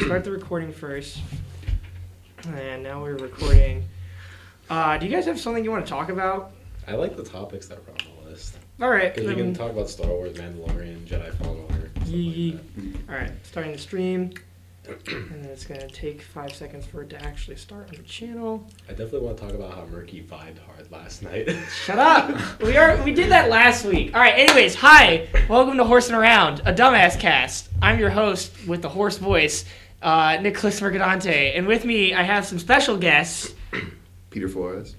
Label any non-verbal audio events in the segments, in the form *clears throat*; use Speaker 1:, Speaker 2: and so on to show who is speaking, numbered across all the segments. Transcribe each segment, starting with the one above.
Speaker 1: start the recording first. And now we're recording. Uh, do you guys have something you want to talk about?
Speaker 2: I like the topics that were on the list
Speaker 1: All right.
Speaker 2: because we
Speaker 1: then-
Speaker 2: can talk about Star Wars, Mandalorian, Jedi Fallen Order. stuff
Speaker 1: Yee.
Speaker 2: Like that.
Speaker 1: All right, starting the stream. And then it's going to take five seconds for it to actually start on the channel.
Speaker 2: I definitely want to talk about how Murky vibed hard last night. *laughs*
Speaker 1: Shut up! We are we did that last week. All right. Anyways, hi. Welcome to Horsing Around, a dumbass cast. I'm your host with the horse voice, uh, Nicholas Mercadante, and with me I have some special guests.
Speaker 3: Peter Flores.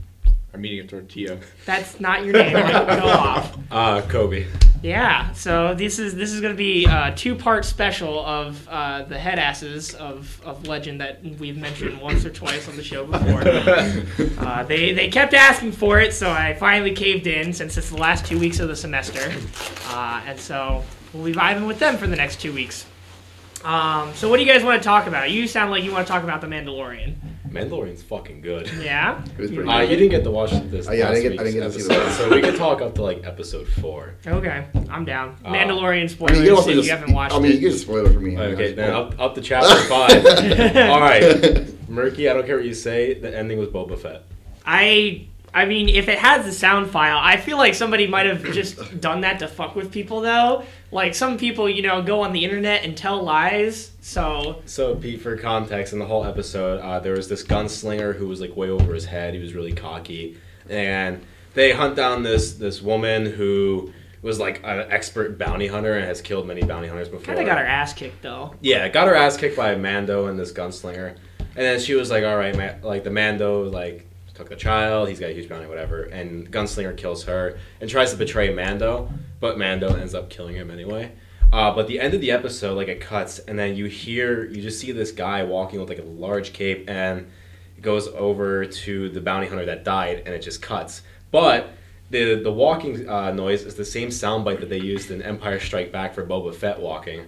Speaker 2: Our meeting at Tortilla.
Speaker 1: That's not your name. Go off.
Speaker 2: Uh, Kobe.
Speaker 1: Yeah, so this is this is gonna be a two-part special of uh, the head asses of, of legend that we've mentioned once or twice on the show
Speaker 3: *laughs*
Speaker 1: before. Uh, they they kept asking for it, so I finally caved in since it's the last two weeks of the semester, uh, and so we'll be vibing with them for the next two weeks. Um, so what do you guys want to talk about? You sound like you want to talk about the Mandalorian.
Speaker 2: Mandalorian's fucking good.
Speaker 1: Yeah.
Speaker 3: It was pretty
Speaker 2: Uh, you didn't get to watch this.
Speaker 3: Oh, yeah, I
Speaker 2: last
Speaker 3: didn't get- I
Speaker 2: week's
Speaker 3: didn't get to see
Speaker 2: episode,
Speaker 3: that.
Speaker 2: So we can talk up to like episode *laughs* four.
Speaker 1: Okay, I'm down.
Speaker 2: Uh,
Speaker 1: Mandalorian
Speaker 3: I
Speaker 1: spoilers
Speaker 3: mean, you, can also
Speaker 1: if
Speaker 3: just,
Speaker 1: you haven't watched
Speaker 3: I mean,
Speaker 1: it.
Speaker 3: you can just spoil it for me.
Speaker 2: Okay,
Speaker 3: Just
Speaker 2: then
Speaker 3: spoil it.
Speaker 2: up, up to chapter five. All
Speaker 3: *laughs*
Speaker 2: right, Murky. I don't care what you say. The ending was Boba Fett.
Speaker 1: I I mean, if it has the sound file, I feel like somebody might have
Speaker 3: *coughs*
Speaker 1: just done that to fuck with people, though. Like some people, you know, go on the internet and tell lies. So
Speaker 2: So, Pete, for context, in the whole episode, uh, there was this gunslinger who was like way over his head. He was really cocky, and they hunt down this this woman who was like an expert bounty hunter and has killed many bounty hunters before.
Speaker 1: kind of got her ass kicked, though.
Speaker 2: Yeah, got her ass kicked by Mando and this gunslinger, and then she was like, "All right, man," like the Mando like took the child. He's got a huge bounty, whatever. And gunslinger kills her and tries to betray Mando, but Mando ends up killing him anyway. Uh, but the end of the episode, like it cuts, and then you hear, you just see this guy walking with like a large cape, and it goes over to the bounty hunter that died, and it just cuts. But the the walking uh, noise is the same soundbite that they used in Empire Strike Back for Boba Fett walking.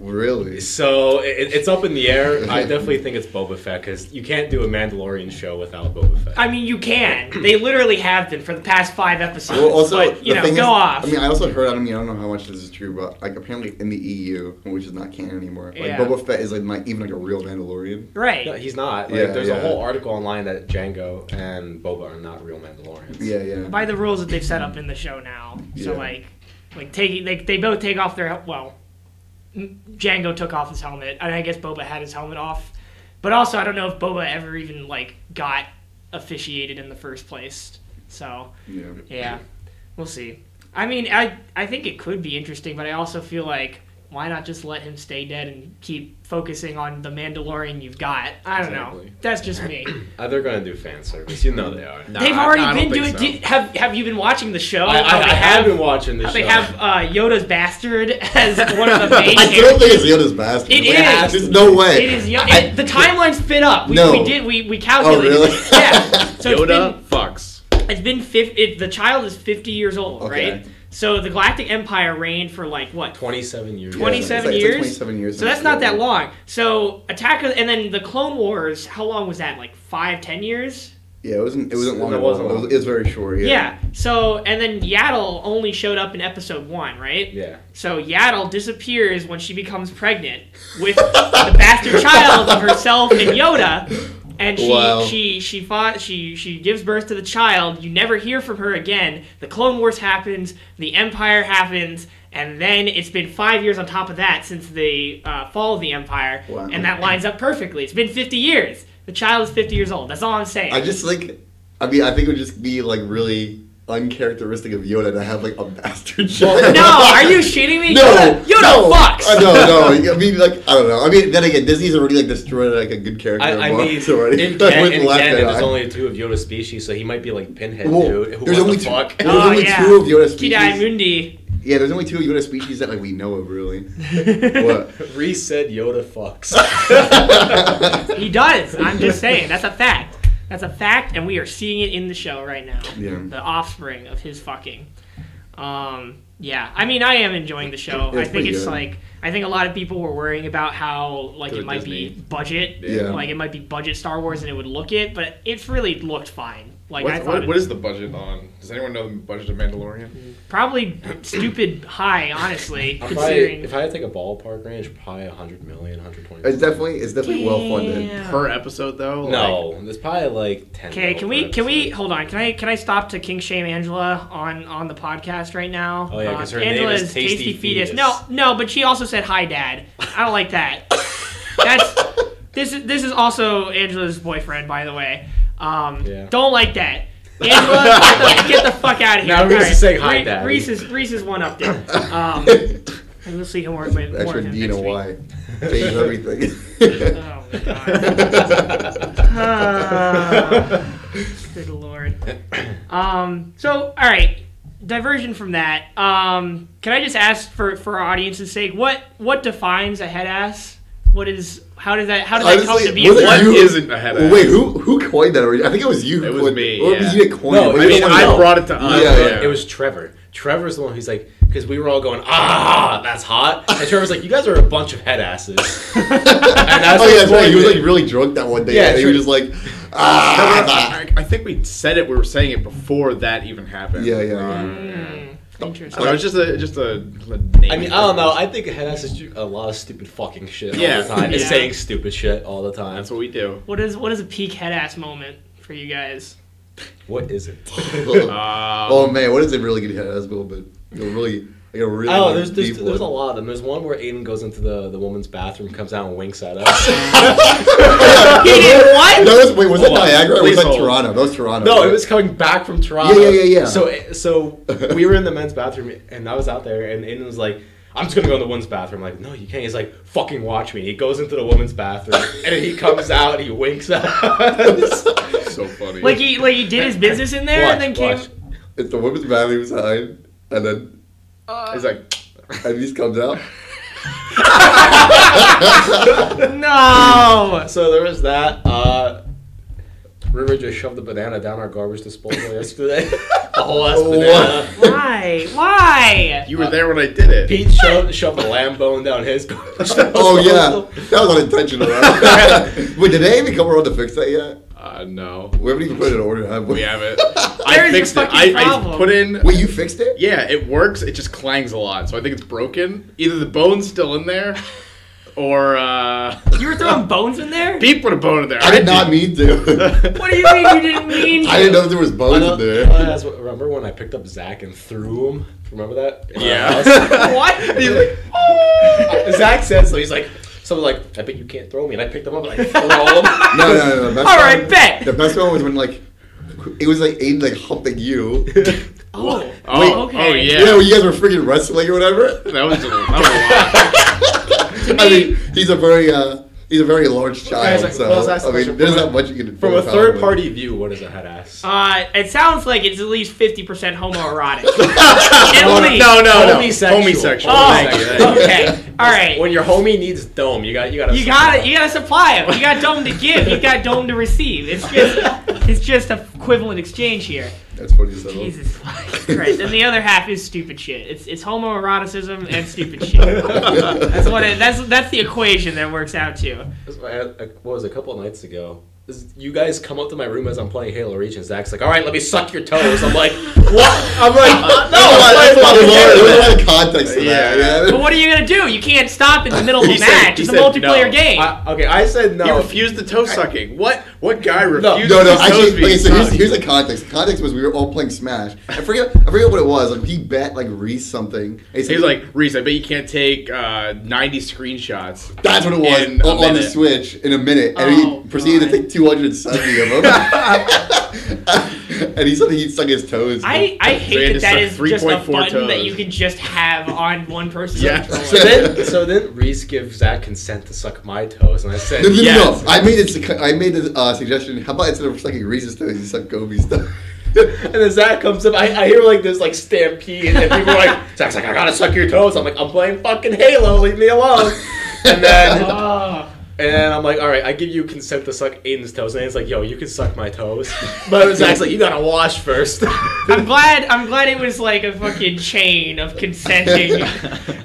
Speaker 3: Really?
Speaker 2: So it, it's up in the air. I definitely think it's Boba Fett because you can't do a Mandalorian show without Boba Fett.
Speaker 1: I mean, you can. They literally have been for the past five episodes.
Speaker 3: *laughs* Well, also,
Speaker 1: but, you
Speaker 3: the
Speaker 1: know, go
Speaker 3: thing is,
Speaker 1: off.
Speaker 3: I mean, I also heard. I don't mean, I don't know how much this is true, but like apparently in the EU, which is not canon anymore, like
Speaker 1: Yeah.
Speaker 3: Boba Fett is like not even like a real Mandalorian.
Speaker 1: right.
Speaker 2: No, he's not. Like,
Speaker 3: Yeah,
Speaker 2: there's a
Speaker 3: yeah.
Speaker 2: whole article online that Django and Boba are not real Mandalorians.
Speaker 3: Yeah, yeah.
Speaker 1: by the rules that they've set up in the show now. So
Speaker 3: Yeah.
Speaker 1: like, like taking they they both take off their well, M- Django took off his helmet, and I guess Boba had his helmet off, but also I don't know if Boba ever even like got officiated in the first place. So *laughs*
Speaker 3: yeah. *laughs*
Speaker 1: yeah, we'll see. I mean, I I think it could be interesting, but I also feel like. Why not just let him stay dead and keep focusing on the Mandalorian you've got? I don't know.
Speaker 2: Exactly.
Speaker 1: That's just
Speaker 4: *clears throat*
Speaker 1: me.
Speaker 2: Uh, they're gonna do fan service. You know they are.
Speaker 1: They've
Speaker 4: I-
Speaker 1: already
Speaker 4: I don't
Speaker 1: been doing.
Speaker 4: think
Speaker 1: do-
Speaker 4: so.
Speaker 1: have Have you been watching the show?
Speaker 2: I, I,
Speaker 1: How
Speaker 2: I
Speaker 1: they
Speaker 2: have been watching this.
Speaker 1: how they
Speaker 2: show.
Speaker 1: have uh, Yoda's bastard *laughs* as one
Speaker 3: *laughs*
Speaker 1: of the main
Speaker 3: I don't
Speaker 1: characters.
Speaker 3: think it's Yoda's bastard.
Speaker 1: It
Speaker 3: Like,
Speaker 1: is.
Speaker 3: *laughs* There's no way.
Speaker 1: It is Yo- it- the timeline's fit up. We,
Speaker 3: No.
Speaker 1: we did. We, we calculated.
Speaker 3: Oh, really?
Speaker 1: it. *laughs*
Speaker 3: *laughs*
Speaker 1: Yeah. So
Speaker 4: Yoda
Speaker 1: It's
Speaker 4: fucks.
Speaker 1: been, it's been fif- it, the child is fifty years old,
Speaker 3: Okay.
Speaker 1: right? So the Galactic Empire reigned for like what?
Speaker 2: Twenty-seven years.
Speaker 3: Yeah, it's
Speaker 1: 27
Speaker 3: like- it's like
Speaker 1: years?
Speaker 3: 27 years.
Speaker 1: So that's not that long. So Attack of, and then the Clone Wars. How long was that? Like five, ten years?
Speaker 3: Yeah, it wasn't. It wasn't
Speaker 2: No,
Speaker 3: long.
Speaker 2: it
Speaker 3: at
Speaker 2: wasn't
Speaker 3: all. It,
Speaker 2: long.
Speaker 3: was, it was very short. Yeah.
Speaker 1: Yeah. So and then Yaddle only showed up in Episode One, right?
Speaker 2: Yeah.
Speaker 1: So Yaddle disappears when she becomes pregnant with the bastard child of herself and Yoda, and she
Speaker 3: Wow.
Speaker 1: she she fought she she gives birth to the child. You never hear from her again. The Clone Wars happens, the Empire happens, and then it's been five years on top of that since the uh, fall of the Empire,
Speaker 3: Wow.
Speaker 1: and that lines up perfectly. It's been fifty years. The child is fifty years old. That's all I'm saying.
Speaker 3: I just like. I mean, I think it would just be like really uncharacteristic of Yoda to have like a bastard *laughs* child.
Speaker 1: no, are you shitting me?
Speaker 3: *laughs* No,
Speaker 1: Yoda, Yoda
Speaker 3: no,
Speaker 1: fucks.
Speaker 3: Uh, no,
Speaker 2: *laughs*
Speaker 3: no. I mean, like, I don't know. I mean, then again, Disney's already like destroyed like a good character.
Speaker 2: I, I
Speaker 3: of
Speaker 2: mean,
Speaker 3: Marvel's *laughs* already.
Speaker 2: in,
Speaker 3: Like,
Speaker 2: Can-
Speaker 3: with
Speaker 2: in
Speaker 3: Last
Speaker 2: canon,
Speaker 3: Jedi.
Speaker 2: there's only two of Yoda species, so he might be like Pinhead,
Speaker 3: Whoa,
Speaker 2: dude. Who
Speaker 3: there's
Speaker 2: what
Speaker 3: only
Speaker 2: the
Speaker 3: two.
Speaker 2: fuck? Oh,
Speaker 3: There's only
Speaker 1: Oh, yeah.
Speaker 3: two of Yoda species.
Speaker 1: Kidai Mundi.
Speaker 3: yeah, there's only two of Yoda species that like we know of,
Speaker 2: *laughs*
Speaker 3: really. what?
Speaker 2: Reese said Yoda fucks.
Speaker 3: *laughs*
Speaker 1: He does. I'm just saying. That's a fact. That's a fact, and we are seeing it in the show right now.
Speaker 3: Yeah.
Speaker 1: The offspring of his fucking. Um, yeah. I mean, I am enjoying the show.
Speaker 3: Yeah,
Speaker 1: I
Speaker 3: it's
Speaker 1: think
Speaker 3: pretty
Speaker 1: it's
Speaker 3: good.
Speaker 1: like I think a lot of people were worrying about how like
Speaker 2: Go
Speaker 1: it might be
Speaker 2: Disney.
Speaker 1: budget,
Speaker 3: Yeah.
Speaker 1: like it might be budget Star Wars and it would look it, but it's really looked fine. Like I
Speaker 4: What's-
Speaker 1: thought
Speaker 4: what,
Speaker 1: it
Speaker 4: what is the budget on? Does anyone know the budget of Mandalorian?
Speaker 1: probably stupid high, honestly,
Speaker 2: I'll Probably,
Speaker 1: considering
Speaker 2: if I had to take a ballpark range, probably 100 million, 120
Speaker 3: It's definitely it's definitely well funded.
Speaker 1: Damn.
Speaker 4: Per episode, though.
Speaker 2: No, there's probably like 10.
Speaker 1: Okay, can we can we hold on? Can I can I stop to King Shame Angela on on the podcast right now?
Speaker 2: Oh, yeah,
Speaker 1: Uh,
Speaker 2: 'cause her name
Speaker 1: Angela
Speaker 2: is Tasty Fetus.
Speaker 1: No, no, but she also said hi, Dad. I don't like that. That's this is this is also Angela's boyfriend, by the way. Um,
Speaker 2: Yeah.
Speaker 1: don't like that. Angela, get the, get the fuck out of here.
Speaker 2: Now Reese is
Speaker 1: Alright,
Speaker 2: saying hi, Dad.
Speaker 1: Reese is Reese is one up
Speaker 2: *laughs*
Speaker 1: there. Um, and we'll see him work with more
Speaker 3: Extra
Speaker 1: of him
Speaker 3: D and
Speaker 1: next
Speaker 3: a
Speaker 1: week.
Speaker 3: Y.
Speaker 2: *laughs*
Speaker 3: Change everything.
Speaker 1: Oh my god. Ah, *laughs* good lord. *coughs* Um, so, all right. Diversion from that. Um, can I just ask for for our audience's sake, what what defines a head ass? What is how does that how does that come
Speaker 3: Honestly,
Speaker 1: to be?
Speaker 3: was it
Speaker 4: What
Speaker 3: you-
Speaker 4: isn't a head ass?
Speaker 3: Wait, who who coined that? Already? I think it was you.
Speaker 4: It
Speaker 3: who
Speaker 4: was
Speaker 3: coined
Speaker 4: me,
Speaker 3: Or it was
Speaker 4: yeah.
Speaker 3: you that coined
Speaker 2: No,
Speaker 3: it. but
Speaker 2: I
Speaker 3: you
Speaker 2: mean,
Speaker 3: don't
Speaker 2: I
Speaker 3: know.
Speaker 4: brought it to us,
Speaker 3: Yeah,
Speaker 4: yeah.
Speaker 2: It was Trevor. Trevor's the one who's like, because we were all going, ah, that's hot. And Trevor's like, you guys are a bunch of
Speaker 1: *laughs*
Speaker 2: head asses. and that's
Speaker 3: oh
Speaker 2: what
Speaker 3: yeah, that's right. He was
Speaker 2: it.
Speaker 3: like really drunk that one day.
Speaker 2: Yeah,
Speaker 3: Yeah, and he was
Speaker 2: true.
Speaker 3: just like,
Speaker 4: *laughs* I,
Speaker 2: *laughs*
Speaker 3: ah.
Speaker 4: I- I think we said it. We were saying it before that even happened.
Speaker 3: Yeah, yeah,
Speaker 1: Mm.
Speaker 4: So it
Speaker 1: Interesting.
Speaker 4: was just a just a. a name
Speaker 2: I mean, I don't know. I think a head ass is ju- a lot of stupid fucking shit all
Speaker 4: Yeah.
Speaker 2: the time. It's
Speaker 1: Yeah.
Speaker 2: saying stupid shit all the time.
Speaker 4: That's what we do.
Speaker 1: What is what is a peak head ass moment for you
Speaker 3: *laughs*
Speaker 1: guys?
Speaker 2: What is
Speaker 4: *laughs*
Speaker 2: it?
Speaker 4: Um,
Speaker 3: oh man, what is it really good head ass moment? A really, like a really.
Speaker 2: Oh, there's there's,
Speaker 3: deep
Speaker 2: there's a
Speaker 3: one.
Speaker 2: lot of them. There's one where Aiden goes into the, the woman's bathroom, comes out and winks at
Speaker 4: *laughs*
Speaker 2: us.
Speaker 1: He did what?
Speaker 3: That was wait, was that
Speaker 2: Hold on.
Speaker 3: Niagara? Or was
Speaker 4: Please
Speaker 3: that
Speaker 4: hold.
Speaker 3: Toronto? That was Toronto.
Speaker 2: no,
Speaker 3: right?
Speaker 2: it was coming back from Toronto.
Speaker 3: Yeah, yeah, yeah, yeah.
Speaker 2: So so we were in the men's bathroom and I was out there and Aiden was like, I'm just gonna go in the women's bathroom. I'm like, no, you can't. He's like, fucking watch me. He goes into the women's bathroom and then he comes out and he winks at
Speaker 3: *laughs*
Speaker 2: us.
Speaker 4: so funny.
Speaker 1: Like he like he did his business in there and then
Speaker 2: watch,
Speaker 1: came.
Speaker 2: watch.
Speaker 3: It's the women's bathroom behind, and then
Speaker 4: he's like,
Speaker 3: and he
Speaker 2: *laughs*
Speaker 3: comes out. *laughs*
Speaker 1: No.
Speaker 2: So there was that. Uh, River just shoved a banana down our garbage disposal yesterday. *laughs* a whole ass banana.
Speaker 1: Why? Why?
Speaker 4: you were there when I did it.
Speaker 2: Pete shoved, shoved a lamb bone down his garbage
Speaker 3: Oh
Speaker 2: disposal.
Speaker 3: yeah, that was unintentional.
Speaker 2: *laughs*
Speaker 3: right? wait, did they even come around to fix that yet?
Speaker 4: Uh, no,
Speaker 3: We haven't even put it in order. Have we?
Speaker 4: we have it.
Speaker 1: There's
Speaker 4: *laughs* I
Speaker 1: your
Speaker 4: fixed it.
Speaker 1: fucking
Speaker 4: I, I
Speaker 1: problem.
Speaker 4: put in.
Speaker 3: *laughs* Wait, you fixed it?
Speaker 4: Yeah, it works. It just clangs a lot, so I think it's broken. Either the bone's still in *laughs* there, or uh,
Speaker 1: You were throwing bones in
Speaker 3: *laughs*
Speaker 1: there?
Speaker 4: Pete put a bone in there.
Speaker 3: I did not mean to.
Speaker 1: *laughs* What do you mean you didn't mean?
Speaker 3: I didn't know there was bones in
Speaker 2: Another-
Speaker 3: there.
Speaker 2: another ass- remember when I picked up Zach and threw him? Remember that? In our house? *laughs*
Speaker 4: Yeah.
Speaker 1: What?
Speaker 4: *laughs*
Speaker 2: he's like, oh! Zach says so. He's like, someone like, I bet you can't throw me, and I picked him up and I
Speaker 4: *laughs*
Speaker 2: throw him.
Speaker 3: No,
Speaker 1: *laughs*
Speaker 3: no, no. The best
Speaker 1: All
Speaker 3: one-
Speaker 1: right, bet.
Speaker 3: The best one was when like it was like Aiden like humping
Speaker 4: *laughs*
Speaker 3: you.
Speaker 1: Oh,
Speaker 4: Oh,
Speaker 1: Wait,
Speaker 4: oh
Speaker 1: okay.
Speaker 4: yeah.
Speaker 3: Yeah, when you guys were freaking wrestling or whatever.
Speaker 4: That was a, *laughs* that
Speaker 3: I mean, he's a very uh, he's a very large child.
Speaker 2: like,
Speaker 3: so
Speaker 2: well, that's
Speaker 3: I mean,
Speaker 2: special.
Speaker 3: there's
Speaker 2: From a-
Speaker 3: not much you can
Speaker 2: From a
Speaker 3: profile
Speaker 2: third
Speaker 3: with.
Speaker 2: party view, what is a head ass?
Speaker 1: Uh, it sounds like it's at least fifty percent
Speaker 4: *laughs*
Speaker 1: homoerotic.
Speaker 4: was
Speaker 1: at
Speaker 4: a
Speaker 1: least.
Speaker 4: no, no, no.
Speaker 2: Homosexual.
Speaker 4: Homosexual.
Speaker 1: Oh,
Speaker 4: Thank you, thank
Speaker 2: *laughs*
Speaker 4: you.
Speaker 1: okay. All right.
Speaker 2: When your homie needs dome, you got you got
Speaker 1: You got it. You got to supply him. You got dome to give. You got dome to receive. It's just,
Speaker 4: *laughs*
Speaker 1: it's just a equivalent exchange here.
Speaker 3: That's funny as hell. *laughs*
Speaker 4: *laughs*
Speaker 1: Jesus *laughs* fucking Christ. And the other half is stupid shit. It's it's homoeroticism and stupid shit. That's what it. That's that's the equation that works out to.
Speaker 2: This was- I had- I- What was it, a couple of nights ago? This, you guys come up to my room as I'm playing Halo Reach, and Zach's like, "All right, let me suck your toes." I'm like, "What?" I'm like,
Speaker 4: *laughs*
Speaker 2: *laughs* "Uh, "No,
Speaker 3: There's a lot-
Speaker 2: I'm
Speaker 3: there's a lot
Speaker 2: fucking
Speaker 3: of-
Speaker 2: doing
Speaker 3: there's a
Speaker 2: *laughs* that."
Speaker 3: lot of context to that.
Speaker 4: Yeah.
Speaker 3: Yeah.
Speaker 1: But what are you gonna do? You can't stop in the middle of a
Speaker 4: *laughs* He said-
Speaker 1: match.
Speaker 4: he
Speaker 1: It's a
Speaker 4: said
Speaker 1: multiplayer
Speaker 4: no.
Speaker 1: game.
Speaker 2: I, okay, I said
Speaker 4: was. He
Speaker 2: no.
Speaker 4: refused the toe sucking. What? What guy refused?
Speaker 3: No, no.
Speaker 4: his toes
Speaker 3: Actually,
Speaker 4: being
Speaker 3: okay, so here's,
Speaker 4: sucked?
Speaker 3: here's the context. Context was we were all playing Smash. I forget. I forget what it was. Like he bet like Reese something. and
Speaker 4: He
Speaker 3: said-
Speaker 4: was like, Reese, I bet you can't take uh, 90 screenshots.
Speaker 3: That's what it was Oh,
Speaker 4: in a
Speaker 3: on, on the
Speaker 4: minute.
Speaker 3: Switch in a minute,
Speaker 1: Oh,
Speaker 3: and he proceeded
Speaker 1: God.
Speaker 3: to take
Speaker 1: *laughs*
Speaker 3: 270 of them. and he said he stuck his toes.
Speaker 1: I, I hate that that
Speaker 4: Brandon stuck
Speaker 1: is just a
Speaker 4: 3.4
Speaker 1: button that
Speaker 4: toes.
Speaker 1: you can just have on one person.
Speaker 4: Yeah.
Speaker 2: So *laughs* then, so then Reese gives Zach consent to suck my toes, and I said,
Speaker 3: no, no, no,
Speaker 4: Yes.
Speaker 3: no. I made it. I made a uh, suggestion. How about instead of sucking Reese's toes, you suck Gobi's toes? *laughs*
Speaker 2: And then Zach comes up. I, I hear like this like stampede, and people are like,
Speaker 1: *laughs*
Speaker 2: Zach's *laughs* like, I gotta suck your toes. I'm like, I'm playing fucking Halo. Leave me alone. And then
Speaker 1: Oh.
Speaker 2: And then I'm like, all right, I give you consent to suck Aiden's toes. And Aiden's like, yo, you can suck my toes. But it was actually, you gotta wash first. *laughs*
Speaker 1: I'm glad. I'm glad it was like a fucking chain of consenting,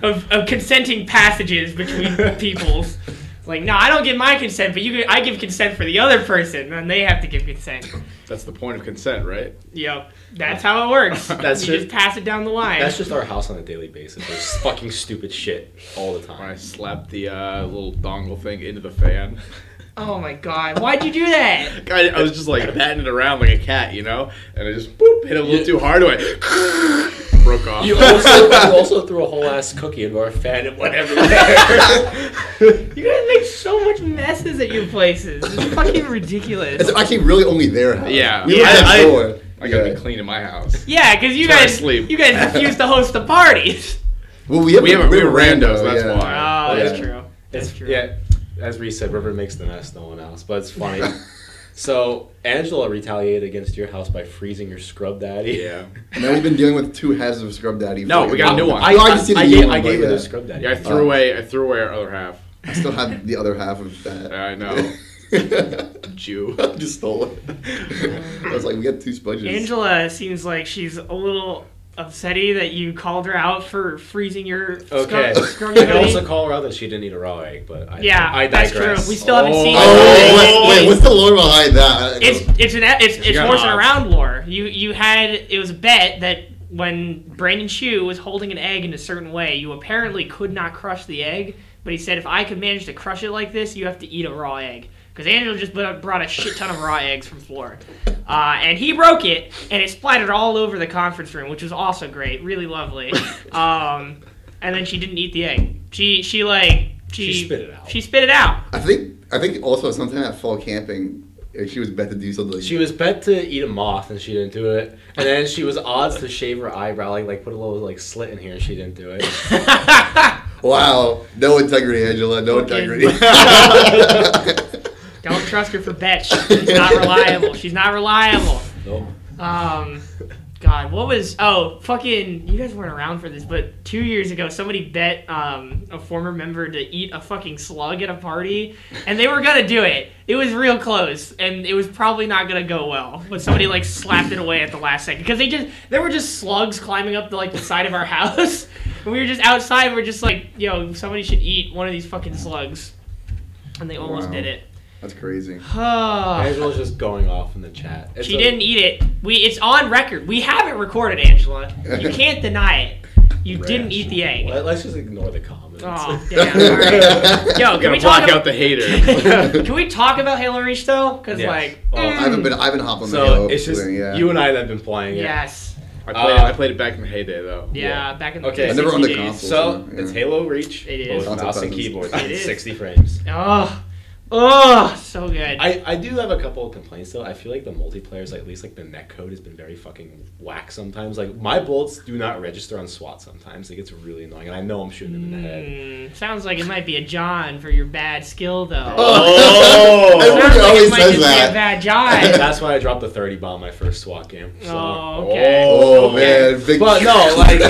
Speaker 1: of, of consenting passages between peoples. Like, no, I don't give my consent, but you, gi- I give consent for the other person, and they have to give consent.
Speaker 4: That's the point of consent, right?
Speaker 1: Yep, that's how it works.
Speaker 2: That's
Speaker 1: you
Speaker 2: it.
Speaker 1: just pass it down the line.
Speaker 2: That's just our house on a daily basis. There's fucking stupid shit all the
Speaker 4: When I
Speaker 2: time.
Speaker 4: slapped the uh, little dongle thing into the fan. *laughs*
Speaker 1: oh my god, why'd you do that?
Speaker 4: I, I was just like batting it around like a cat, you know? And I just boop, hit it a little too hard. and I *laughs* broke off.
Speaker 2: You also, you also threw a whole ass cookie into our fan and
Speaker 4: *laughs*
Speaker 2: whatever.
Speaker 1: You guys make so much messes at your places. It's fucking ridiculous.
Speaker 3: It's actually really only their house.
Speaker 4: Yeah.
Speaker 3: We live
Speaker 4: I-
Speaker 3: next
Speaker 4: I-
Speaker 3: door.
Speaker 4: I gotta
Speaker 3: Yeah.
Speaker 4: be clean in my house.
Speaker 1: Yeah, because you
Speaker 4: Try to
Speaker 1: guys,
Speaker 4: sleep.
Speaker 1: you guys refuse to host the parties.
Speaker 3: Well, we have,
Speaker 4: We have we were randos,
Speaker 3: rando,
Speaker 4: that's
Speaker 3: yeah.
Speaker 1: Oh,
Speaker 4: why.
Speaker 1: that's
Speaker 3: Yeah.
Speaker 1: true. That's
Speaker 2: It's,
Speaker 1: true.
Speaker 2: yeah, as Reese said, River makes the nest, no one else. But it's funny.
Speaker 1: *laughs*
Speaker 2: so Angela retaliated against your house by freezing your scrub daddy. *laughs*
Speaker 4: Yeah.
Speaker 3: And then we've been dealing with two heads of scrub daddy.
Speaker 4: No,
Speaker 3: for, like,
Speaker 4: we got a new
Speaker 3: month.
Speaker 4: one.
Speaker 2: I,
Speaker 3: Well,
Speaker 2: I,
Speaker 3: just did
Speaker 2: I
Speaker 3: the
Speaker 2: gave,
Speaker 3: new
Speaker 2: I
Speaker 3: one,
Speaker 2: gave
Speaker 3: but
Speaker 2: her the
Speaker 3: yeah.
Speaker 2: scrub daddy.
Speaker 4: Yeah, I threw
Speaker 3: Oh.
Speaker 4: away I threw away our other half.
Speaker 3: I still have the other half of that. *laughs*
Speaker 4: I know.
Speaker 1: *laughs*
Speaker 4: Jew.
Speaker 3: just stole it. I was like, we got two sponges.
Speaker 1: Angela seems like she's a little upsetty that you called her out for freezing your
Speaker 2: Okay.
Speaker 1: scrub,
Speaker 2: *laughs*
Speaker 1: scrub
Speaker 2: You can
Speaker 1: daddy.
Speaker 2: also call her out that she didn't eat a raw egg, but I,
Speaker 1: Yeah,
Speaker 2: I
Speaker 1: that's
Speaker 2: digress.
Speaker 1: true. We still haven't
Speaker 4: Oh.
Speaker 1: seen.
Speaker 3: Oh,
Speaker 4: Oh,
Speaker 3: wait, wait, what's the lore behind that?
Speaker 1: it's it's an it's it's
Speaker 4: got
Speaker 1: more than
Speaker 4: odds.
Speaker 1: around lore. You you had it was a bet that when Brandon Chu was holding an egg in a certain way, you apparently could not crush the egg. But he said if I could manage to crush it like this, you have to eat a raw egg. Because Angela just brought brought a shit ton of raw *laughs* eggs from Florida, uh, and he broke it, and it splattered all over the conference room, which was also great, really
Speaker 2: *laughs*
Speaker 1: lovely. Um, and then she didn't eat the egg. She she like she,
Speaker 2: She spit it out.
Speaker 1: She spit it out.
Speaker 3: I think I think also sometime at fall camping, uh, she was bet to do something.
Speaker 2: She was bet to eat a moth and she didn't do it. And then she was odds to shave her eyebrow, like like put a little like slit in here and she didn't do it.
Speaker 3: wow, no integrity, Angela, no
Speaker 1: Fucking- *laughs*
Speaker 3: integrity. *laughs*
Speaker 1: Don't trust her for bets. She's not reliable. She's not reliable.
Speaker 2: Nope.
Speaker 1: Um, God, what was? Oh, fucking! You guys weren't around for this, but two years ago, somebody bet um, a former member to eat a fucking slug at a party, and they were gonna do it. It was real close, and it was probably not gonna go well. But somebody like slapped it away at the last second because they just there were just slugs climbing up the, like the side of our *laughs* house. And we were just outside. We we're just like, yo, somebody should eat one of these fucking slugs, and they almost
Speaker 3: Wow.
Speaker 1: did it.
Speaker 3: That's crazy.
Speaker 2: Angela's just going off in the chat. It's
Speaker 1: She
Speaker 2: a-
Speaker 1: didn't eat it. We it's on record. We have it recorded, Angela.
Speaker 3: *laughs*
Speaker 1: You can't deny it. You didn't eat the egg.
Speaker 2: Let, us just ignore the comments.
Speaker 1: Oh damn! All right.
Speaker 4: *laughs*
Speaker 1: Yo, can
Speaker 4: Gotta
Speaker 1: we talk
Speaker 4: block out
Speaker 1: about *laughs*
Speaker 4: the hater.
Speaker 1: *laughs*
Speaker 4: *laughs*
Speaker 1: Can we talk about Halo Reach though? Because
Speaker 2: Yes.
Speaker 1: like, mm,
Speaker 2: Oh,
Speaker 3: *laughs* I haven't been I haven't hopped on the
Speaker 2: so
Speaker 3: hill.
Speaker 2: it's just
Speaker 3: thing, yeah.
Speaker 2: you and I that have been playing it.
Speaker 1: yes,
Speaker 4: I played,
Speaker 2: Uh,
Speaker 4: I played it back in the heyday though.
Speaker 1: yeah,
Speaker 2: Yeah.
Speaker 1: back in the
Speaker 2: Okay.
Speaker 3: I never owned the
Speaker 1: 60 days.
Speaker 3: console.
Speaker 2: So
Speaker 3: Yeah.
Speaker 2: it's Halo Reach,
Speaker 1: It
Speaker 2: both
Speaker 1: is.
Speaker 2: mouse and
Speaker 3: Console
Speaker 2: keyboard,
Speaker 1: presence. It is.
Speaker 2: sixty frames.
Speaker 1: Oh, oh, so good.
Speaker 2: I, I do have a couple of complaints though. I feel like the multiplayer is at least like the net code has been very fucking whack sometimes. Like my bullets do not register on SWAT sometimes. Like it's really annoying, and I know I'm shooting them in the head.
Speaker 1: Mm, sounds like it might be a John for your bad skill though. *laughs*
Speaker 4: Oh!
Speaker 3: *laughs* Everybody
Speaker 1: sounds like
Speaker 3: always
Speaker 1: it might
Speaker 3: says
Speaker 1: just be a
Speaker 3: that.
Speaker 1: bad
Speaker 3: *laughs*
Speaker 1: John.
Speaker 2: That's why I dropped the thirty bomb my first SWAT game. So.
Speaker 1: oh, okay.
Speaker 3: Oh
Speaker 4: Okay.
Speaker 3: man, big
Speaker 1: *laughs*
Speaker 2: But no, like *laughs*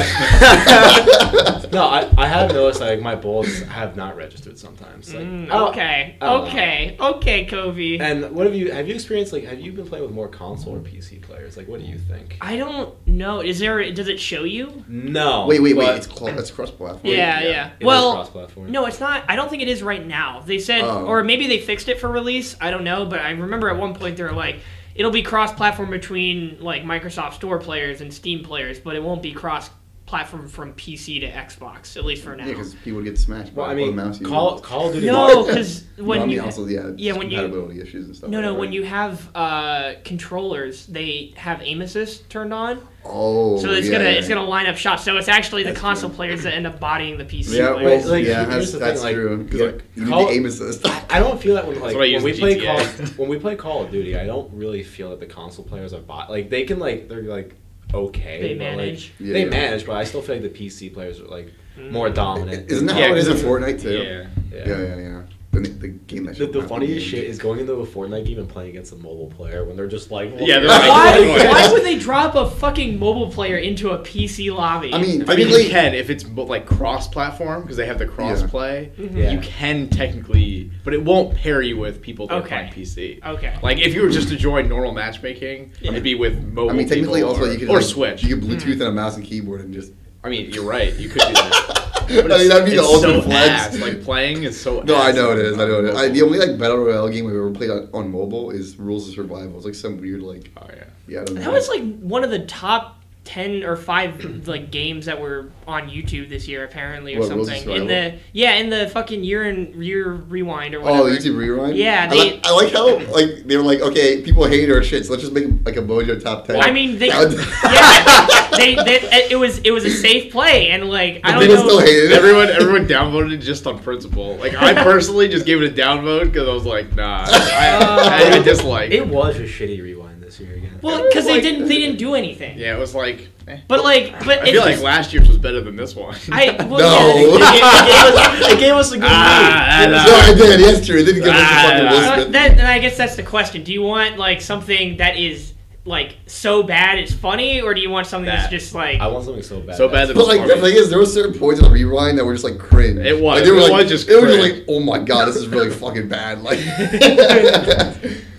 Speaker 2: no, I, I have noticed like my bullets have not registered sometimes. Like,
Speaker 1: Mm,
Speaker 2: I
Speaker 3: Oh.
Speaker 2: don't-
Speaker 1: okay,
Speaker 2: I don't know.
Speaker 1: okay, okay, Covey.
Speaker 2: And what have you have you experienced like have you been playing with more console or PC players? Like what do you think?
Speaker 1: I don't know. Is there? Does it show you?
Speaker 3: Mm-hmm.
Speaker 2: No.
Speaker 3: Wait, wait, wait!
Speaker 2: but-
Speaker 3: It's clo- it's cross platform.
Speaker 1: Yeah, yeah.
Speaker 2: it is
Speaker 1: Well,
Speaker 2: cross-platform.
Speaker 1: no, it's not. I don't think it is right now. They said,
Speaker 3: Oh.
Speaker 1: or maybe they fixed it for release. I don't know, but I remember at one point they were like, it'll be cross-platform between like Microsoft Store players and Steam players, but it won't be cross-platform from PC to Xbox at least for now.
Speaker 3: Yeah, because people would get smashed.
Speaker 2: Well,
Speaker 3: by
Speaker 2: I
Speaker 3: all the
Speaker 2: mean,
Speaker 3: mouse users.
Speaker 2: Call Call of Duty.
Speaker 1: no, because when
Speaker 3: no, I mean,
Speaker 1: you
Speaker 3: also yeah, just
Speaker 1: yeah, when you-
Speaker 3: compatibility issues and stuff.
Speaker 1: no
Speaker 3: like
Speaker 1: no
Speaker 3: that.
Speaker 1: when you have uh, controllers, they have aim assist turned on.
Speaker 3: oh
Speaker 1: So it's
Speaker 3: yeah,
Speaker 1: gonna
Speaker 3: yeah.
Speaker 1: it's gonna line up shots. So it's actually the
Speaker 3: That's
Speaker 1: console
Speaker 3: true.
Speaker 1: players that end up bodying the PC
Speaker 3: yeah,
Speaker 1: players.
Speaker 3: well,
Speaker 2: like,
Speaker 3: yeah,
Speaker 2: here's the
Speaker 3: that's,
Speaker 2: thing,
Speaker 3: that's
Speaker 2: like,
Speaker 3: true. 'cause,
Speaker 2: yeah,
Speaker 3: like, you need
Speaker 2: call-
Speaker 3: the aim assist.
Speaker 2: I don't feel that when like
Speaker 4: what I
Speaker 2: when
Speaker 4: use
Speaker 2: we
Speaker 4: in
Speaker 2: play
Speaker 4: GTA.
Speaker 2: Call when we play Call of Duty, I don't really feel that the console players are bot. Like they can like they're like okay.
Speaker 1: They
Speaker 2: but, like,
Speaker 1: manage. Mm.
Speaker 3: Yeah,
Speaker 2: they
Speaker 3: yeah.
Speaker 2: manage, but I still feel like the PC players are like more dominant.
Speaker 3: *laughs* Isn't that
Speaker 4: Yeah,
Speaker 3: how it is in
Speaker 4: 'cause
Speaker 3: Fortnite too?
Speaker 4: Yeah.
Speaker 3: yeah, yeah. yeah. the, the game that
Speaker 2: The,
Speaker 3: should
Speaker 2: the
Speaker 3: not be
Speaker 2: funniest
Speaker 3: named.
Speaker 2: shit is going into a Fortnite game and playing against a mobile player when they're just like,
Speaker 4: Yeah,
Speaker 2: *laughs*
Speaker 4: they're like-
Speaker 1: Why,
Speaker 4: Right.
Speaker 1: why would they drop a fucking mobile player into a PC lobby?
Speaker 3: I mean,
Speaker 4: I mean, you
Speaker 3: technically,
Speaker 4: can if it's mo- like cross-platform because they have the cross-play.
Speaker 1: Mm-hmm.
Speaker 2: Yeah.
Speaker 4: You can technically, but it won't pair you with people that
Speaker 1: Okay.
Speaker 4: are playing PC.
Speaker 1: okay.
Speaker 4: Like if you were just to join normal matchmaking, it'd be with mobile.
Speaker 3: I mean, technically,
Speaker 4: people
Speaker 3: also
Speaker 4: or,
Speaker 3: you could
Speaker 4: or
Speaker 3: like,
Speaker 4: Switch.
Speaker 3: You could Bluetooth
Speaker 2: Hmm.
Speaker 3: and a mouse and keyboard and just.
Speaker 4: I mean, you're right. You could
Speaker 3: *laughs*
Speaker 4: do that.
Speaker 3: I mean, that'd be the
Speaker 4: it's
Speaker 3: ultimate
Speaker 4: so
Speaker 3: flex.
Speaker 4: ass. Like playing is so. Oh,
Speaker 3: no, I
Speaker 4: ass
Speaker 3: know it is. I know it is. I, the
Speaker 4: mobile.
Speaker 3: only like battle royale game we've ever played on, on mobile is Rules of Survival. It's like some weird like
Speaker 4: Oh yeah.
Speaker 3: yeah. I don't know.
Speaker 1: That was like one of the top ten or five like games that were on YouTube this year, apparently, or
Speaker 3: What, Rules of
Speaker 1: something. In
Speaker 3: Survival?
Speaker 1: the yeah, in the fucking year and year rewind or
Speaker 3: Oh,
Speaker 1: whatever.
Speaker 3: YouTube Rewind.
Speaker 1: Yeah,
Speaker 3: I,
Speaker 1: they-
Speaker 3: like, I like how like they were like, okay, people hate our shit, so let's just make like a Mojo top ten.
Speaker 1: I mean, they,
Speaker 3: That would-
Speaker 1: *laughs* yeah, they, they, it was it was a safe play, and like I
Speaker 3: But
Speaker 1: don't
Speaker 3: people
Speaker 1: know.
Speaker 3: still hated it.
Speaker 4: Everyone, everyone downvoted it just on principle. Like I personally just gave it a downvote because I was like, nah,
Speaker 1: Uh,
Speaker 4: I, I, I dislike.
Speaker 2: It was a shitty rewind this year again.
Speaker 1: well, because they
Speaker 4: Like-
Speaker 1: didn't they didn't do anything.
Speaker 4: yeah, it was like. eh.
Speaker 1: But like, but
Speaker 4: I
Speaker 1: it's
Speaker 4: feel like
Speaker 1: just-
Speaker 4: last year's was better than this one.
Speaker 1: I well,
Speaker 3: No.
Speaker 1: yeah,
Speaker 2: It gave, it gave us, it gave us a good
Speaker 4: *laughs* Ah,
Speaker 2: lead.
Speaker 4: and,
Speaker 3: no,
Speaker 4: uh,
Speaker 3: I did. Yes, true. It didn't give us
Speaker 4: Ah,
Speaker 3: a fucking
Speaker 4: ah,
Speaker 3: Will
Speaker 1: Uh,
Speaker 3: Smith.
Speaker 1: that, and I guess that's the question. Do you want like something that is like so bad it's funny, or do you want something that's
Speaker 4: That.
Speaker 1: just like
Speaker 2: I want something so bad.
Speaker 4: so bad that it
Speaker 3: But
Speaker 4: was
Speaker 3: like the
Speaker 4: funny.
Speaker 3: thing is, there were certain points in the rewind that were just like cringe.
Speaker 4: It was.
Speaker 3: Like, they were,
Speaker 4: It
Speaker 3: like,
Speaker 4: was just
Speaker 3: It was just
Speaker 4: cringe.
Speaker 3: like, oh my god, this is really
Speaker 1: *laughs*
Speaker 3: fucking bad. Like,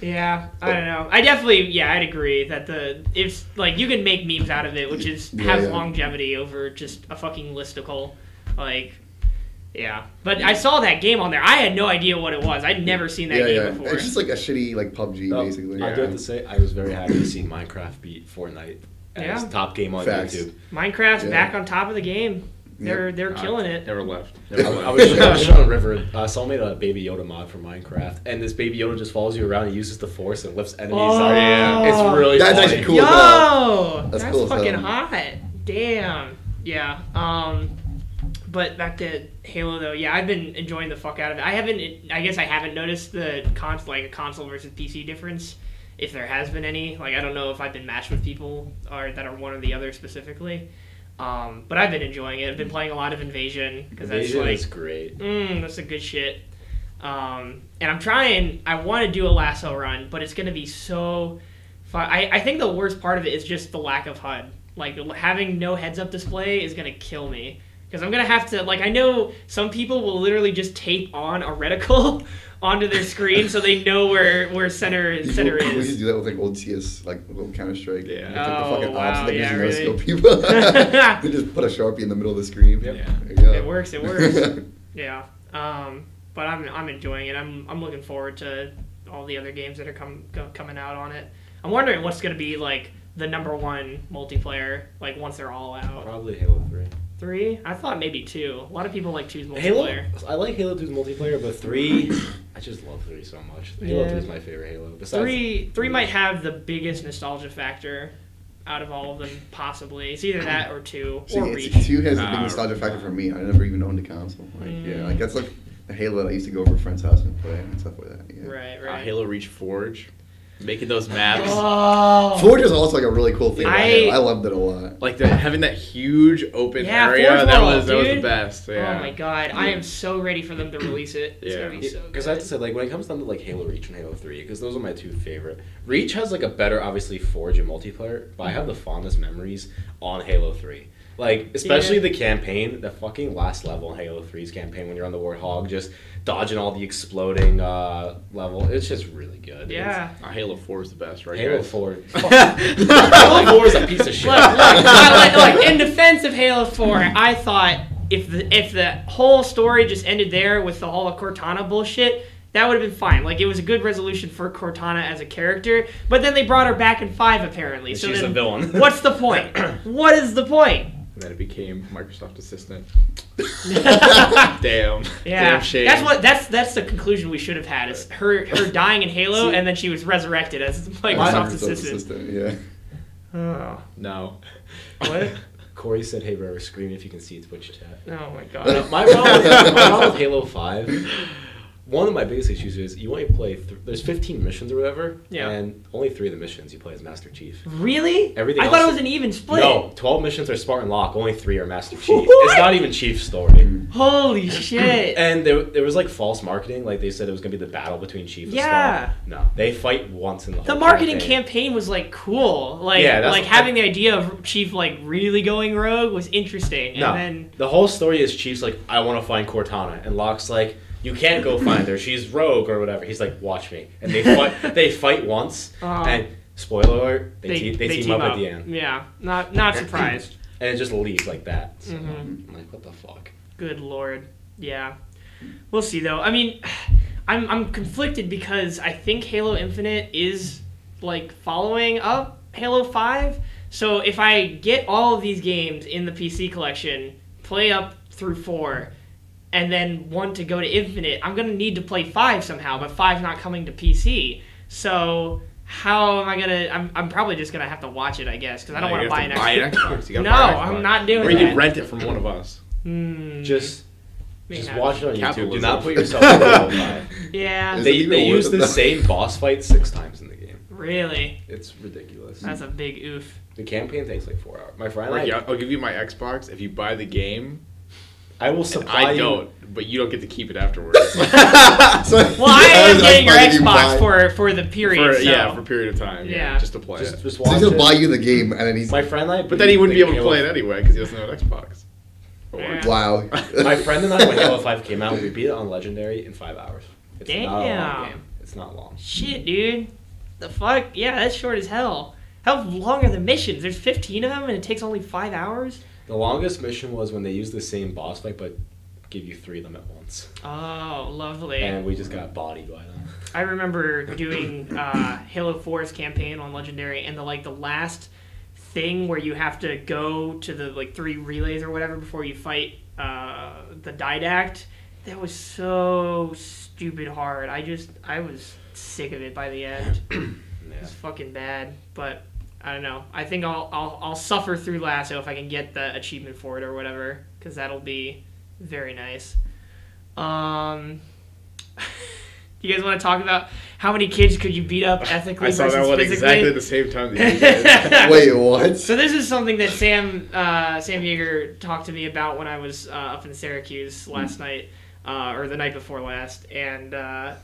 Speaker 1: yeah? I don't know. I definitely yeah, I'd agree that the if like you can make memes out of it, which is
Speaker 3: Yeah,
Speaker 1: has
Speaker 3: yeah.
Speaker 1: longevity over just a fucking listicle, like. Yeah, but I saw that game on there. I had no idea what it was. I'd never seen that
Speaker 3: yeah,
Speaker 1: game
Speaker 3: yeah.
Speaker 1: before.
Speaker 3: It's just like a shitty like PUBG
Speaker 2: No,
Speaker 3: basically.
Speaker 2: I do have to say, I was very happy to see Minecraft beat Fortnite as
Speaker 1: Yeah.
Speaker 2: top game on
Speaker 3: Facts.
Speaker 2: YouTube.
Speaker 1: Minecraft's
Speaker 3: Yeah.
Speaker 1: back on top of the game. They're they're
Speaker 4: God,
Speaker 1: killing it.
Speaker 4: Never left.
Speaker 2: I,
Speaker 4: Never
Speaker 2: I
Speaker 4: left.
Speaker 2: was I was showing River. Uh, someone made a Baby Yoda mod for Minecraft, and this Baby Yoda just follows you around and uses the Force and lifts enemies
Speaker 1: Oh.
Speaker 2: up.
Speaker 1: Yeah.
Speaker 2: It's really
Speaker 3: That's
Speaker 2: funny.
Speaker 3: actually cool. as hell.
Speaker 1: Yo,
Speaker 3: That's
Speaker 1: that's,
Speaker 3: cool as
Speaker 1: fucking
Speaker 3: hell.
Speaker 1: hot. Damn. Yeah. Um, but back to Halo though. Yeah, I've been enjoying the fuck out of it. I haven't. I guess I haven't noticed the cons like a console versus PC difference, if there has been any. Like I don't know if I've been matched with people or that are one or the other specifically. Um, but I've been enjoying it. I've been playing a lot of Invasion because that's
Speaker 2: Invasion
Speaker 1: like
Speaker 2: is great.
Speaker 1: mm, that's a good shit. Um, and I'm trying. I want to do a lasso run, but it's gonna be so. Fun. I I think the worst part of it is just the lack of HUD. Like l- having no heads up display is gonna kill me because I'm gonna have to. Like I know some people will literally just tape on a reticle *laughs* onto their screen so they know where where center
Speaker 3: *laughs*
Speaker 1: center
Speaker 3: we used to
Speaker 1: is.
Speaker 3: do that with like old CS, like old Counter Strike.
Speaker 4: Yeah.
Speaker 1: Oh, wow, yeah, really. *laughs*
Speaker 3: people. *laughs* we just put a sharpie in the middle of the screen.
Speaker 2: Yep.
Speaker 4: Yeah.
Speaker 3: There you go.
Speaker 1: It works. It
Speaker 3: *laughs*
Speaker 1: works. Yeah. Um, but I'm I'm enjoying it. I'm I'm looking forward to all the other games that are come go, coming out on it. I'm wondering what's gonna be like the number one multiplayer like once they're all out.
Speaker 2: Probably Halo Three.
Speaker 1: Three? I thought maybe two. A lot of people like choose
Speaker 2: Halo.
Speaker 1: multiplayer.
Speaker 2: I like Halo 2's multiplayer, but three, *clears throat* I just love three so much. Halo
Speaker 1: Yeah.
Speaker 2: Two is my favorite Halo. Besides,
Speaker 1: Three three might have the biggest nostalgia factor out of all of them possibly. It's either that or two
Speaker 3: See,
Speaker 1: or
Speaker 3: it's-
Speaker 1: reach.
Speaker 3: two has a big
Speaker 4: Nah.
Speaker 3: nostalgia factor for me. I never even owned a console. Like, yeah,
Speaker 1: Mm.
Speaker 3: like that's like the Halo that I used to go over to a friend's house and play and stuff like that. Yeah.
Speaker 1: Right,
Speaker 4: Uh,
Speaker 1: right.
Speaker 4: Halo Reach Forge, making those maps.
Speaker 1: Oh,
Speaker 3: Forge is also like a really cool thing. about
Speaker 1: I-
Speaker 3: Halo. I loved it a lot.
Speaker 4: Like the, having that huge open
Speaker 1: Yeah,
Speaker 4: area,
Speaker 1: Forge
Speaker 4: that
Speaker 1: World,
Speaker 4: was that was the
Speaker 1: dude.
Speaker 4: best. Yeah.
Speaker 1: Oh my god. I am so ready for them to release it. It's
Speaker 4: Yeah.
Speaker 1: gonna be so
Speaker 2: Because I have to say, like when it comes down to like Halo Reach and Halo Three, because those are my two favorite. Reach has like a better, obviously, Forge and multiplayer, but I have the fondest memories on Halo Three. Like especially
Speaker 1: Yeah.
Speaker 2: the campaign, the fucking last level in Halo 3's campaign when you're on the Warthog, just dodging all the exploding uh, level. It's just really good.
Speaker 1: Yeah.
Speaker 4: Uh, Halo Four is the best, right?
Speaker 2: It's- Halo
Speaker 4: guys?
Speaker 1: *laughs*
Speaker 2: Four. *laughs* Halo Four is a piece of shit.
Speaker 1: look, look, look, look, look, in defense of Halo 4, I thought if the if the whole story just ended there with the all of Cortana bullshit, that would have been fine. Like it was a good resolution for Cortana as a character, but then they brought her back in 5 apparently. so
Speaker 2: she's
Speaker 1: then,
Speaker 2: the villain.
Speaker 1: *laughs* what's the
Speaker 2: *clears throat*
Speaker 1: point? what is the
Speaker 2: *laughs*
Speaker 1: point?
Speaker 4: And then it became
Speaker 1: *laughs*
Speaker 4: Microsoft Assistant. Damn.
Speaker 1: Yeah.
Speaker 4: Damn shame.
Speaker 1: That's what that's that's the conclusion we should have had is her her dying in Halo and then she was resurrected as Microsoft
Speaker 3: Microsoft
Speaker 1: assistant.
Speaker 3: Yeah.
Speaker 1: Oh.
Speaker 4: No.
Speaker 2: *laughs*
Speaker 1: What?
Speaker 2: Corey said, "Hey, River, scream if you can see Twitch chat."
Speaker 1: Oh my
Speaker 2: Uh,
Speaker 1: god.
Speaker 2: my problem, with, my problem with Halo Five one of my biggest issues is you only play. Th- there's 15 missions or whatever.
Speaker 1: Yeah.
Speaker 2: And only three of the missions you play as Master Chief.
Speaker 1: Really?
Speaker 2: Everything
Speaker 1: I thought it
Speaker 2: else-
Speaker 1: was an even split.
Speaker 2: No, 12 missions are Spartan Lock. Only three are Master Chief.
Speaker 1: What?
Speaker 2: It's not even Chief's story. *coughs*
Speaker 1: Holy shit.
Speaker 2: And there, there was like false marketing. Like they said it was gonna be the battle between Chief. and
Speaker 1: Yeah.
Speaker 2: Spartan. No, they fight once in the.
Speaker 1: the
Speaker 2: whole
Speaker 1: marketing
Speaker 2: campaign.
Speaker 1: campaign was like cool. Like
Speaker 2: Yeah, that's-
Speaker 1: like having the idea of Chief like really going rogue was interesting.
Speaker 2: No,
Speaker 1: And then
Speaker 2: the whole story is Chief's like, I want to find Cortana, and Locke's like, you can't go find her. She's rogue or whatever. He's like, watch me, and they fight. they fight once,
Speaker 1: Uh-huh.
Speaker 2: and spoiler alert, they,
Speaker 1: they,
Speaker 2: te- they, team, up, at the end,
Speaker 1: Yeah. Not
Speaker 2: *coughs*
Speaker 1: not surprised.
Speaker 2: and it just leaves like that. So,
Speaker 1: Mhm.
Speaker 2: I'm like, what the fuck?
Speaker 1: Good lord. Yeah. We'll see though. I mean, *sighs* I'm I'm conflicted because I think Halo Infinite is like following up Halo 5. So if I get all of these games in the PC collection, play up through 4 and then want to go to Infinite, I'm going to need to play 5 somehow, but 5's not coming to PC. So how am I gonna? I'm, I'm probably just gonna have to watch it, I guess, because I don't
Speaker 4: No,
Speaker 1: want
Speaker 4: you
Speaker 1: to buy
Speaker 4: have
Speaker 1: an
Speaker 4: to buy
Speaker 1: extra.
Speaker 4: an Xbox. You
Speaker 1: No,
Speaker 4: gotta buy an
Speaker 1: I'm
Speaker 4: Xbox.
Speaker 1: not doing that.
Speaker 4: Or you can rent it from one of us.
Speaker 1: Hmm,
Speaker 2: Just,
Speaker 1: may
Speaker 2: just
Speaker 1: happen.
Speaker 2: watch it on YouTube. Do
Speaker 4: Capitalism.
Speaker 2: not
Speaker 4: *laughs*
Speaker 2: put yourself in the line.
Speaker 1: Yeah.
Speaker 3: Is it
Speaker 2: They
Speaker 3: even
Speaker 2: they
Speaker 3: worth
Speaker 2: use
Speaker 3: it,
Speaker 2: the
Speaker 3: though?
Speaker 2: same boss fight six times in the game.
Speaker 1: Really?
Speaker 2: It's ridiculous.
Speaker 1: That's a big
Speaker 4: *laughs*
Speaker 1: oof.
Speaker 2: the campaign takes like four hours. My friend,
Speaker 4: Ricky,
Speaker 2: I,
Speaker 4: I'll I'll give you my Xbox if you buy the game.
Speaker 2: I will
Speaker 4: And
Speaker 2: supply
Speaker 4: I
Speaker 2: you-
Speaker 4: don't, but you don't get to keep
Speaker 1: *laughs*
Speaker 4: it afterwards.
Speaker 3: *laughs* So-
Speaker 1: *laughs* Well, I am
Speaker 3: That's
Speaker 1: getting your
Speaker 3: why you buy-
Speaker 1: Xbox for for the period.
Speaker 4: For-
Speaker 1: so.
Speaker 4: Yeah, for a period of time. Yeah,
Speaker 1: Yeah.
Speaker 4: just to play
Speaker 2: Just,
Speaker 4: it.
Speaker 2: just
Speaker 3: So
Speaker 2: watch
Speaker 3: he's gonna
Speaker 2: it.
Speaker 3: buy you the game, and then he's
Speaker 2: My friend and I.
Speaker 4: But then he wouldn't be
Speaker 2: like,
Speaker 4: able to
Speaker 2: Halo-
Speaker 4: play it anyway because he doesn't have an Xbox. Or-
Speaker 1: Yeah.
Speaker 3: wow.
Speaker 2: *laughs* My friend and I, when Halo 5 came out, we beat it on Legendary in five hours. It's not a
Speaker 1: Damn.
Speaker 2: long game. It's not long.
Speaker 1: Shit, dude. The fuck? Yeah, that's short as hell. How long are the missions? There's 15 of them, and it takes only five hours.
Speaker 2: The longest mission was when they used the same boss fight, but give you three of them at once.
Speaker 1: Oh, lovely.
Speaker 2: And we just got bodied by them.
Speaker 1: I remember doing uh, Halo 4's campaign on Legendary, and the like the last thing where you have to go to the like three relays or whatever before you fight uh, the Didact. That was so stupid hard. I just I was sick of it by the
Speaker 4: *clears throat*
Speaker 1: end.
Speaker 2: Yeah.
Speaker 1: It's fucking bad, but I don't know. I think I'll I'll I'll suffer through Lasso if I can get the achievement for it or whatever, because that'll be very nice. Um, *laughs* do you guys want to talk about how many kids could you beat up ethically
Speaker 4: I saw
Speaker 1: versus
Speaker 4: that one
Speaker 1: physically? *laughs*
Speaker 4: exactly at the same time that you
Speaker 3: *laughs*
Speaker 4: did.
Speaker 3: Wait, what?
Speaker 1: So this is something that Sam uh, Sam Yeager talked to me about when I was uh, up in Syracuse last night uh, or the night before last, and uh,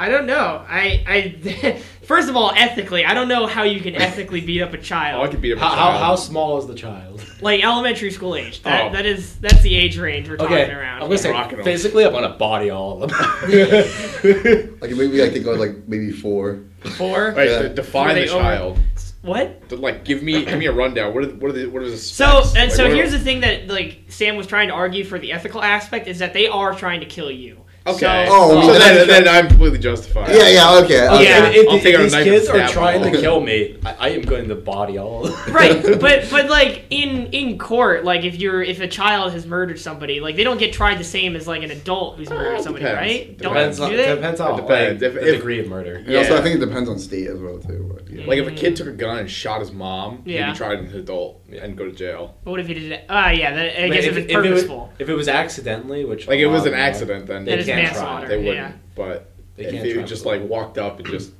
Speaker 1: I don't know. I I *laughs* first of all, ethically, I don't know how you can ethically beat up a
Speaker 4: *laughs* Oh, I
Speaker 1: child
Speaker 4: could beat him.
Speaker 2: How, how, how small is the child?
Speaker 1: like elementary school age. That,
Speaker 4: Oh.
Speaker 1: that is that's the age range we're talking
Speaker 2: Okay,
Speaker 1: around.
Speaker 2: I'm gonna say
Speaker 4: Rocking 'em.
Speaker 2: basically I'm gonna body all *laughs* of them.
Speaker 3: Like maybe I think I was like maybe four.
Speaker 1: four.
Speaker 4: Wait,
Speaker 3: Yeah.
Speaker 4: to define
Speaker 1: Were
Speaker 4: the
Speaker 1: they over-
Speaker 4: child.
Speaker 1: What?
Speaker 4: To, like, give me give me a rundown. What are the, what are the, what are the
Speaker 1: So
Speaker 4: specs?
Speaker 1: and
Speaker 4: Like,
Speaker 1: so
Speaker 4: what are-
Speaker 1: here's the thing that like Sam was trying to argue for the ethical aspect is that they are trying to kill you.
Speaker 4: Okay.
Speaker 1: So-
Speaker 3: Oh,
Speaker 4: so
Speaker 3: well,
Speaker 4: then,
Speaker 3: then-
Speaker 4: then I'm completely justified.
Speaker 3: Yeah, yeah, okay. okay.
Speaker 1: Yeah.
Speaker 2: And if,
Speaker 4: I'll
Speaker 2: if
Speaker 4: take out a
Speaker 2: these
Speaker 4: knife and
Speaker 2: kids are
Speaker 4: stab 'em
Speaker 2: trying
Speaker 4: all.
Speaker 2: to kill me, I, I am going to body all of them.
Speaker 1: right but but like in in court like if you're if a child has murdered somebody like they don't get tried the same as like an adult who's murdered
Speaker 4: it
Speaker 1: somebody
Speaker 4: depends.
Speaker 1: right *laughs* don't
Speaker 2: Depends on,
Speaker 1: do they
Speaker 2: depends on
Speaker 4: It depends.
Speaker 2: like,
Speaker 4: If-
Speaker 2: the
Speaker 4: if-
Speaker 2: degree of murder.
Speaker 3: And also,
Speaker 4: Yeah.
Speaker 3: I think it depends on state as well too. But, yeah.
Speaker 4: Like if a kid took a gun and shot his mom,
Speaker 1: Yeah.
Speaker 4: he'd be tried as an adult and go to jail.
Speaker 1: But what if you did it ah yeah that, i
Speaker 2: Like,
Speaker 1: guess if, it's
Speaker 2: it was-
Speaker 1: purposeful
Speaker 2: if it was accidentally, which
Speaker 4: Like
Speaker 2: a
Speaker 4: it
Speaker 2: lot
Speaker 4: was
Speaker 2: of
Speaker 4: an
Speaker 2: them are,
Speaker 4: accident, then
Speaker 1: Then
Speaker 4: they
Speaker 1: it's
Speaker 4: can't
Speaker 1: manslaughter,
Speaker 4: try. They wouldn't.
Speaker 1: yeah.
Speaker 4: But
Speaker 2: They
Speaker 4: if
Speaker 2: can't
Speaker 4: they
Speaker 2: try
Speaker 4: just
Speaker 2: for
Speaker 4: like walked up and just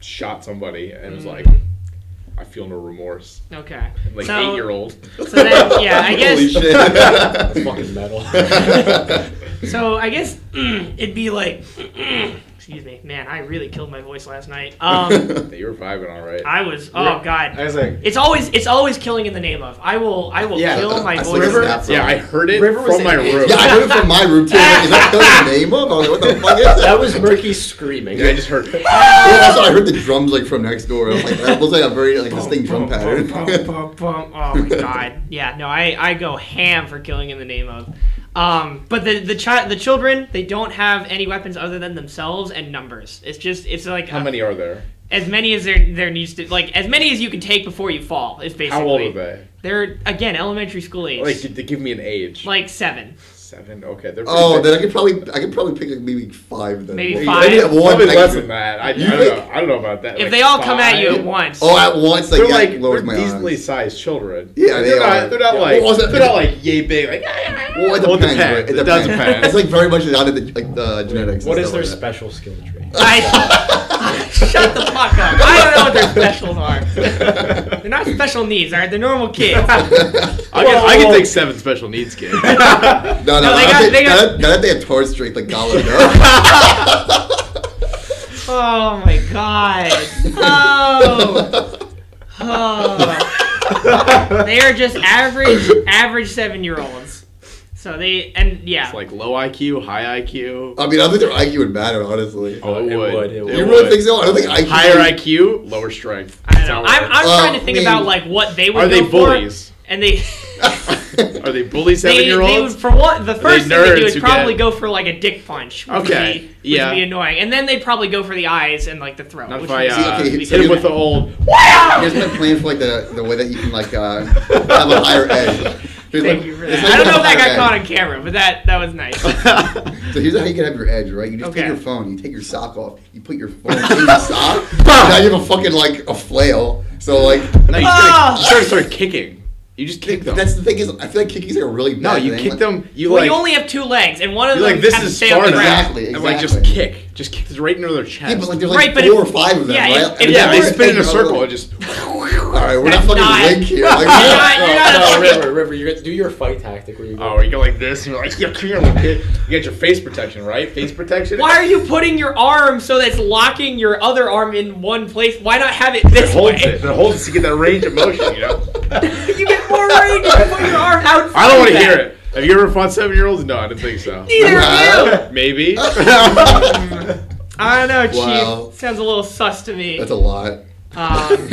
Speaker 4: shot somebody and was
Speaker 1: Mm.
Speaker 4: like, "I feel no remorse,"
Speaker 1: okay
Speaker 4: like
Speaker 1: so,
Speaker 4: eight year old.
Speaker 1: so then yeah
Speaker 3: *laughs*
Speaker 1: i guess
Speaker 3: Holy shit.
Speaker 2: That's fucking
Speaker 4: *laughs*
Speaker 2: metal.
Speaker 1: So I guess *clears throat* mm, it'd be like, *clears throat* excuse me, man, I really killed my voice last night. *laughs* Um,
Speaker 4: you were vibing all right.
Speaker 1: I was, oh
Speaker 2: I
Speaker 1: god,
Speaker 2: was like,
Speaker 1: it's always it's always killing in the name of. I will I will
Speaker 2: Yeah,
Speaker 1: kill my
Speaker 3: I saw
Speaker 1: voice.
Speaker 3: River-
Speaker 1: That's-
Speaker 4: yeah, I heard it
Speaker 2: River was
Speaker 4: from my
Speaker 2: in-
Speaker 4: room.
Speaker 3: yeah, I heard it from my room too. Like, is that the name of? I was like, what the fuck is that?
Speaker 2: that was Murky screaming.
Speaker 4: *laughs* Yeah, I just heard. it.
Speaker 3: Yeah, also, I heard the drums like from next door. I was like, that was like a very like distinct drum pattern. *laughs*
Speaker 1: Bum, bum, bum, bum. Oh
Speaker 4: *laughs*
Speaker 1: my god. Yeah, no, I, I go ham for killing in the name of. Um, but the the chi- the children they don't have any weapons other than themselves and numbers. It's just it's like
Speaker 4: How
Speaker 1: uh,
Speaker 4: many are there?
Speaker 1: as many as there there needs to like as many as you can take before you fall is basically.
Speaker 4: How old are they?
Speaker 1: They're again elementary school age.
Speaker 4: Like, did they give me an age?
Speaker 1: Like seven.
Speaker 4: seven. Okay, they're.
Speaker 3: Oh,
Speaker 4: pretty
Speaker 3: then
Speaker 4: big.
Speaker 3: I could probably I could probably pick like maybe five then.
Speaker 1: Maybe
Speaker 3: Like,
Speaker 1: five.
Speaker 3: maybe at one,
Speaker 4: Probably
Speaker 3: I
Speaker 4: less
Speaker 3: could-
Speaker 4: than that. I, I,
Speaker 3: You
Speaker 4: don't
Speaker 3: think-
Speaker 4: know, I don't know about that.
Speaker 1: If
Speaker 4: Like
Speaker 1: they all come at you
Speaker 4: five?
Speaker 1: at once,
Speaker 3: Oh, at once, like,
Speaker 4: They're
Speaker 3: yeah,
Speaker 4: like
Speaker 3: it
Speaker 4: they're
Speaker 3: lowers my
Speaker 4: decently
Speaker 3: odds.
Speaker 4: sized children.
Speaker 3: Yeah,
Speaker 4: Like,
Speaker 3: they
Speaker 4: they're
Speaker 3: are.
Speaker 4: Not, they're not
Speaker 3: Yeah.
Speaker 4: like
Speaker 3: Well, it's- *laughs*
Speaker 4: they're not like yay big. Like
Speaker 3: Well, it
Speaker 4: Well, it
Speaker 3: depends. right?
Speaker 4: depends. It does depend.
Speaker 3: It's like very much down to the like the genetics.
Speaker 2: What
Speaker 3: and
Speaker 2: is
Speaker 3: stuff
Speaker 2: their
Speaker 3: like that. *laughs*
Speaker 2: special skill trait?
Speaker 4: *laughs*
Speaker 1: I *laughs* shut the fuck up. I don't know what their specials are. They're not special needs, alright? They're normal kids.
Speaker 4: I can, I
Speaker 2: Whoa.
Speaker 4: can take seven special needs
Speaker 3: *laughs*
Speaker 4: kids.
Speaker 3: No, no,
Speaker 1: No,
Speaker 3: no.
Speaker 1: they
Speaker 3: Now
Speaker 1: got-
Speaker 3: that
Speaker 1: they
Speaker 3: they,
Speaker 1: got-
Speaker 3: now that- now that they have Taurus streak, like
Speaker 1: *laughs*
Speaker 3: God would know.
Speaker 1: Oh my god. Oh. oh.
Speaker 4: *laughs*
Speaker 1: They are just average, average seven year olds. So they, and yeah.
Speaker 4: It's like low IQ, high IQ.
Speaker 3: *laughs* I mean, I don't think their IQ would matter, honestly.
Speaker 4: Oh, it
Speaker 2: it
Speaker 4: would.
Speaker 2: would, it
Speaker 4: It
Speaker 2: would.
Speaker 3: you
Speaker 4: would.
Speaker 3: really think so? I don't think IQ.
Speaker 4: Higher IQ, lower strength.
Speaker 1: I don't know. I'm, I'm
Speaker 3: Uh,
Speaker 1: trying to think
Speaker 3: I mean,
Speaker 1: about like what they would
Speaker 4: Are they
Speaker 1: go for,
Speaker 4: bullies?
Speaker 1: and they *laughs*
Speaker 4: Are they bully seven
Speaker 1: they,
Speaker 4: year
Speaker 1: they would
Speaker 4: olds?
Speaker 1: for what the first thing they do
Speaker 4: nerds
Speaker 1: would
Speaker 4: who
Speaker 1: probably
Speaker 4: get-
Speaker 1: go for like a dick punch. Which
Speaker 4: Okay,
Speaker 1: Would be, which
Speaker 4: yeah.
Speaker 1: Would be annoying, and then they'd probably go for the eyes and like the throat.
Speaker 4: Not
Speaker 1: which
Speaker 4: if I
Speaker 1: would
Speaker 4: uh,
Speaker 1: be-
Speaker 3: Okay,
Speaker 1: would be
Speaker 4: *laughs* hit him
Speaker 1: good.
Speaker 4: with the old.
Speaker 3: Here's my plan for like the, the way that you can like uh, have a
Speaker 1: *laughs*
Speaker 3: higher edge. Here's
Speaker 1: Thank
Speaker 3: like-
Speaker 1: you for
Speaker 3: here's
Speaker 1: that.
Speaker 3: like
Speaker 1: I don't know
Speaker 3: how
Speaker 1: if that got
Speaker 3: higher
Speaker 1: caught
Speaker 3: edge.
Speaker 1: on camera, but that that was
Speaker 4: *laughs*
Speaker 1: nice.
Speaker 3: So here's how you can have your edge, right? You just
Speaker 1: Okay.
Speaker 3: take your phone, you take your sock off, you put
Speaker 1: *laughs*
Speaker 3: your phone in your sock. now you have a fucking like a flail. So
Speaker 1: *laughs*
Speaker 3: like,
Speaker 4: No, you
Speaker 1: Ah!
Speaker 4: just gotta, you gotta start kicking. You just kick them.
Speaker 3: that's the thing is, I feel like kickies are a really bad
Speaker 4: no, you
Speaker 3: thing.
Speaker 4: kick
Speaker 3: Like-
Speaker 4: them. You
Speaker 1: well,
Speaker 4: like
Speaker 1: you only have two legs, and one of
Speaker 4: you're
Speaker 1: them
Speaker 4: like this
Speaker 1: has to
Speaker 4: is
Speaker 1: stay
Speaker 4: far
Speaker 1: on the
Speaker 4: enough.
Speaker 1: ground.
Speaker 3: Exactly,
Speaker 4: And like just
Speaker 3: exactly.
Speaker 4: kick, just kick right into their chest.
Speaker 3: Yeah, but like there's like
Speaker 1: Right, but
Speaker 3: four
Speaker 1: if-
Speaker 3: or five of them,
Speaker 1: yeah,
Speaker 3: right?
Speaker 1: if- if
Speaker 3: And
Speaker 4: yeah,
Speaker 1: Yeah,
Speaker 4: they
Speaker 1: we're-
Speaker 4: spin in a
Speaker 3: like,
Speaker 4: circle
Speaker 3: little-
Speaker 4: and just.
Speaker 3: *laughs* All right, we're
Speaker 1: That's
Speaker 3: not fucking
Speaker 1: not-
Speaker 3: rigged
Speaker 1: *laughs*
Speaker 3: here. Like,
Speaker 1: You're not-
Speaker 3: no,
Speaker 1: you're
Speaker 3: no,
Speaker 1: not-
Speaker 4: *laughs*
Speaker 2: No, River, River, you do your fight tactic where you go.
Speaker 4: Oh, you go like this, and you're like, yeah, come here, little kid. You got your face protection, right? Face protection.
Speaker 1: Why are you putting your arm so that's locking your other arm in one place? Why not have it this
Speaker 4: Hold
Speaker 1: way?
Speaker 4: it. It holds to get that range of motion,
Speaker 1: *laughs*
Speaker 4: you know?
Speaker 1: You get more range if you put your arm out.
Speaker 4: I don't
Speaker 1: front
Speaker 4: want to
Speaker 1: of
Speaker 4: hear
Speaker 1: that.
Speaker 4: it. Have you ever fought seven year olds? No, I didn't think so.
Speaker 1: Neither of you. *laughs*
Speaker 4: *laughs* Maybe.
Speaker 1: I don't know, Chief.
Speaker 3: Wow.
Speaker 1: Sounds a little sus to me.
Speaker 3: *laughs* That's a lot.
Speaker 1: Um,